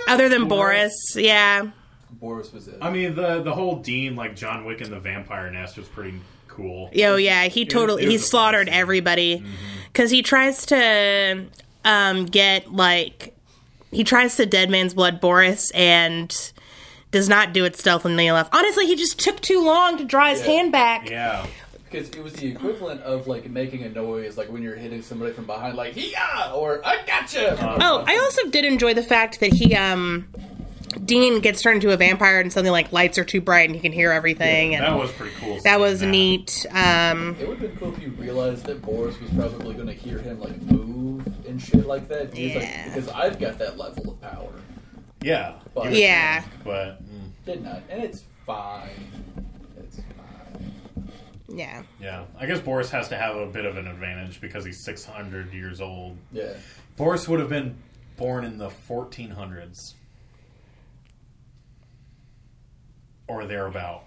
other
Uh,
than Boris? Yeah.
Boris was it.
I mean, the the whole Dean like John Wick and the Vampire Nest was pretty cool.
Yo, yeah, he totally
it was Mm-hmm.
he
a fun
slaughtered
scene.
everybody because he tries to um, get like he tries to dead man's blood Boris and does not do it stealthily enough. Honestly, he just took too long to draw his
Yeah.
hand back.
Yeah,
Because it was the equivalent of like making a noise, like when you're hitting somebody from behind, like "yeah" or "I gotcha."
Uh,
Oh, I also did enjoy the fact that he um Dean gets turned into a vampire and suddenly like lights are too bright and he can hear everything and
that was pretty cool.
that was neat. Um
It would have been cool if you realized that Boris was probably going to hear him like move and shit like that. He's
Yeah.
like, because I've got that level of power,
Yeah,
but
yeah.
but mm,
did not, and it's fine. It's fine.
Yeah.
yeah, I guess Boris has to have a bit of an advantage because he's six hundred years old.
Yeah,
Boris would have been born in the 1400s or thereabout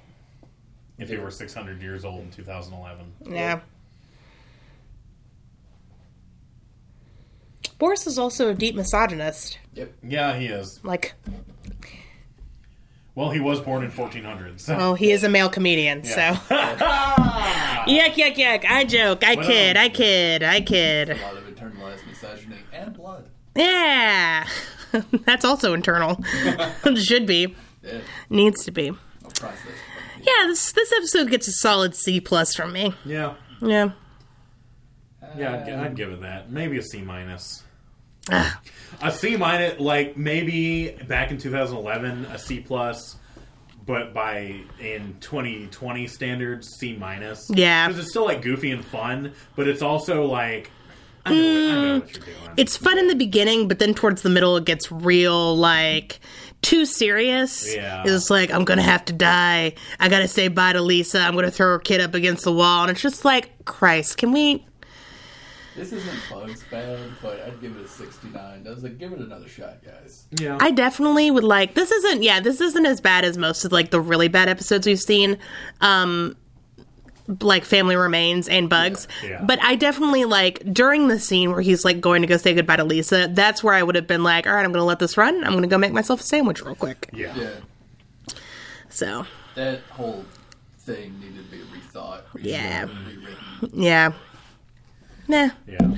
if he were 600 years old in 2011.
Yeah. Boris is also a deep misogynist.
yep.
Yeah, he is.
Like,
Well, he was born in 1400. So.
oh, he is a male comedian,
Yeah.
so. yuck, yuck, yuck. I joke. I kid. I kid. I kid.
A lot of internalized misogyny and blood.
Yeah. That's also internal. Should be.
Yeah,
Needs to be.
I'll process.
Yeah, this this episode gets a solid C plus from me.
yeah.
Yeah.
Yeah, I'd, gi- I'd give it that. Maybe a C minus.
Ah.
a C minus, like maybe back in 2011, a C plus, but by in 2020 standards, C minus.
Yeah.
because it's still like goofy and fun, but it's also like I know, what- I know what you're doing.
Mm, It's fun in the beginning, but then towards the middle, it gets real like too serious.
Yeah.
It's like I'm gonna have to die. I gotta say bye to Lisa. I'm gonna throw her kid up against the wall, and it's just like Christ. Can we?
This isn't Bugs bad, but I'd give it a 69. I was like, give it another shot, guys.
yeah.
I definitely would like this isn't yeah, this isn't as bad as most of like the really bad episodes we've seen. Um like family remains and bugs.
Yeah.
But I definitely like during the scene where he's like going to go say goodbye to Lisa, that's where I would have been like, all right, I'm gonna let this run. I'm gonna go make myself a sandwich real quick.
yeah.
Yeah,
So
that whole thing needed to be rethought, reshot,
Yeah.
rewritten.
yeah. Nah.
Yeah.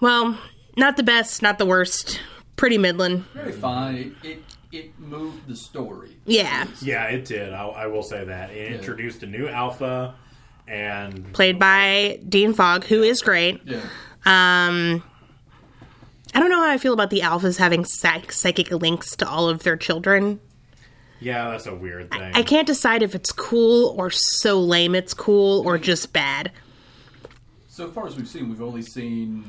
Well, not the best, not the worst. Pretty middling.
Very fine. It, it it moved the story.
Yeah.
Yeah, it did. I, I will say that. It introduced a new alpha and
Played by Dean Fogg, who is great.
Yeah,
Um, I don't know how I feel about the alphas having psych- psychic links to all of their children.
Yeah, that's a weird thing.
I can't decide if it's cool or so lame it's cool or just bad.
So far as we've seen, we've only seen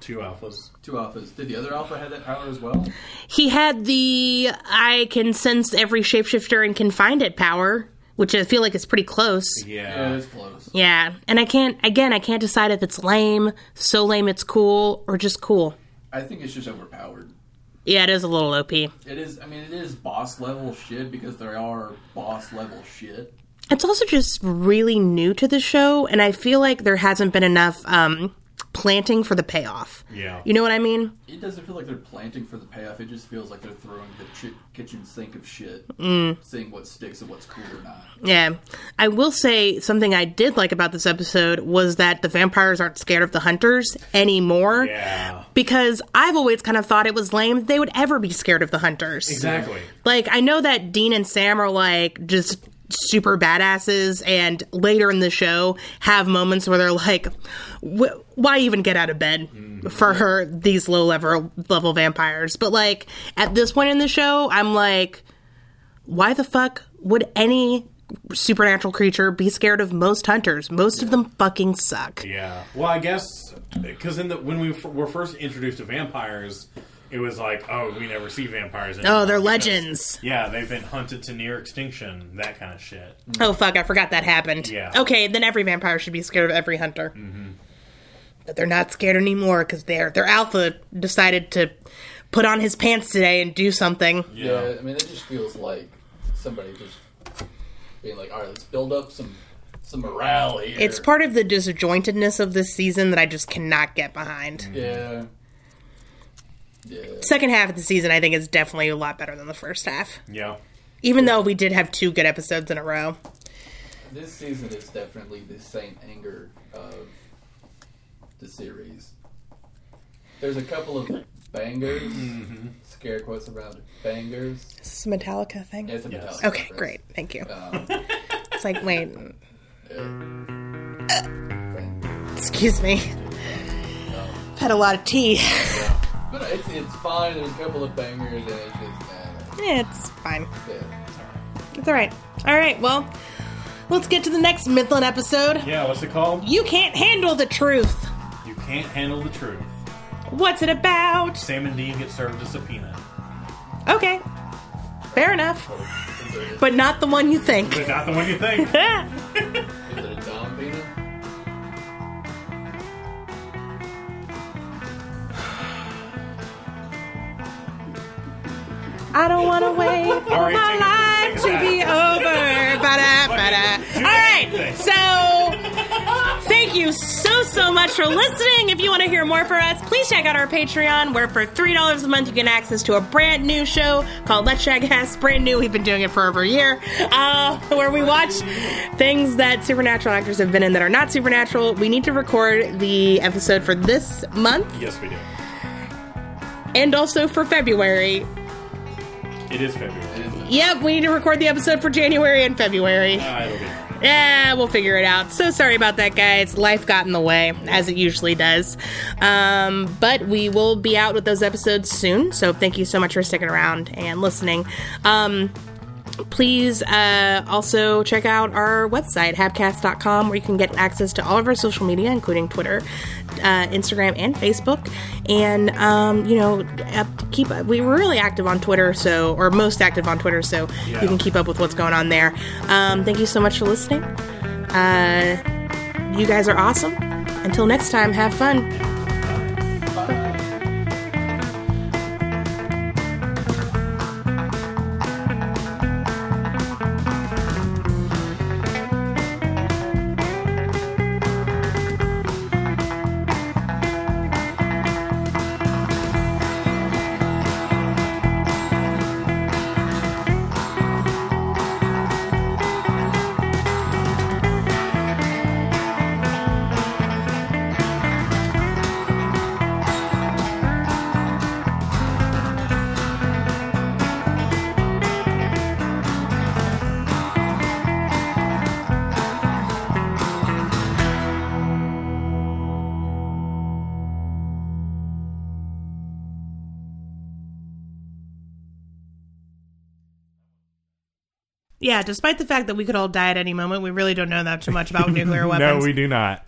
Two alphas.
two alphas. Did the other alpha have that power as well?
He had the I can sense every shapeshifter and can find it power, which I feel like is pretty close.
Yeah,
Yeah.
that's close.
Yeah, and I can't, again, I can't decide if it's lame, so lame it's cool, or just cool.
I think it's just overpowered.
Yeah, it is a little OP.
It is. I mean, it is boss level shit because there are boss level shit.
It's also just really new to the show, and I feel like there hasn't been enough um, planting for the payoff.
Yeah.
You know what I mean?
It doesn't feel like they're planting for the payoff. It just feels like they're throwing the chi- kitchen sink of shit,
Mm.
seeing what sticks and what's cool or not.
Yeah. I will say something I did like about this episode was that the vampires aren't scared of the hunters anymore.
yeah.
Because I've always kind of thought it was lame that they would ever be scared of the hunters.
Exactly.
Like, I know that Dean and Sam are like just super badasses, and later in the show, have moments where they're like, "Wh- why even get out of bed for her, these low level, level vampires? But like, at this point in the show, I'm like, why the fuck would any supernatural creature be scared of most hunters? Most of them fucking suck.
Yeah. Well, I guess because in the when we f- were first introduced to vampires, it was like, oh, we never see vampires. Anymore
Oh, they're
because-
legends.
Yeah, they've been hunted to near extinction. That kind of shit.
Oh fuck, I forgot that happened.
Yeah. Mm-hmm.
Okay, then every vampire should be scared of every hunter. But they're not scared anymore because their their alpha decided to put on his pants today and do something.
Yeah, I mean, it just feels like somebody just being like, "All right, let's build up some some morale here."
It's part of the disjointedness of this season that I just cannot get behind.
Mm.
yeah, yeah.
Second half of the season, I think, is definitely a lot better than the first half.
Yeah.
Even though we did have two good episodes in a row.
This season is definitely the same anger of the series. There's a couple of bangers, scare quotes around bangers.
Is this a Metallica thing?
It's a
Yes.
Metallica
okay,
reference.
great. Thank you.
Um,
It's like, wait,
Right.
excuse me. I've had a lot of tea.
But it's, it's fine. There's a couple of bangers, and it's just, uh,
Yeah, it's fine.
yeah.
It's all right. All right. Well, let's get to the next Midland episode.
Yeah. What's it called?
You can't handle the truth.
You can't handle the truth.
What's it about?
Sam and Dean get served a subpoena,
Okay. Fair enough. But not the one you think.
but not the one you think.
Is it a Dom Pina?
I don't want to wait for
All right,
my
take it-
life
take
to
it
be over. Ba-da, ba-da.
Do
All right.
anything.
So, thank you so, so much for listening. If you want to hear more from us, please check out our Patreon, where for $3 a month you get access to a brand new show called Let's Shag Hess. Brand new. We've been doing it for over a year, uh, where we watch things that supernatural actors have been in that are not supernatural. We need to record the episode for this month
yes, we do.
and also for February.
It is February.
Yep, we need to record the episode for January and February.
Ah, it'll be. fine.
Yeah, we'll figure it out. So sorry about that, guys. Life got in the way, as it usually does. Um, but we will be out with those episodes soon. So thank you so much for sticking around and listening. Um, please uh, also check out our website, habcast.com, where you can get access to all of our social media, including Twitter, uh, Instagram, and Facebook. And, um, you know, up- keep we were really active on Twitter, so, or most active on Twitter, so
Yeah.
you can keep up with what's going on there. Um, thank you so much for listening. Uh, you guys are awesome. Until next time, have fun. Yeah, despite the fact that we could all die at any moment, we really don't know that too much about nuclear weapons.
No, we do not.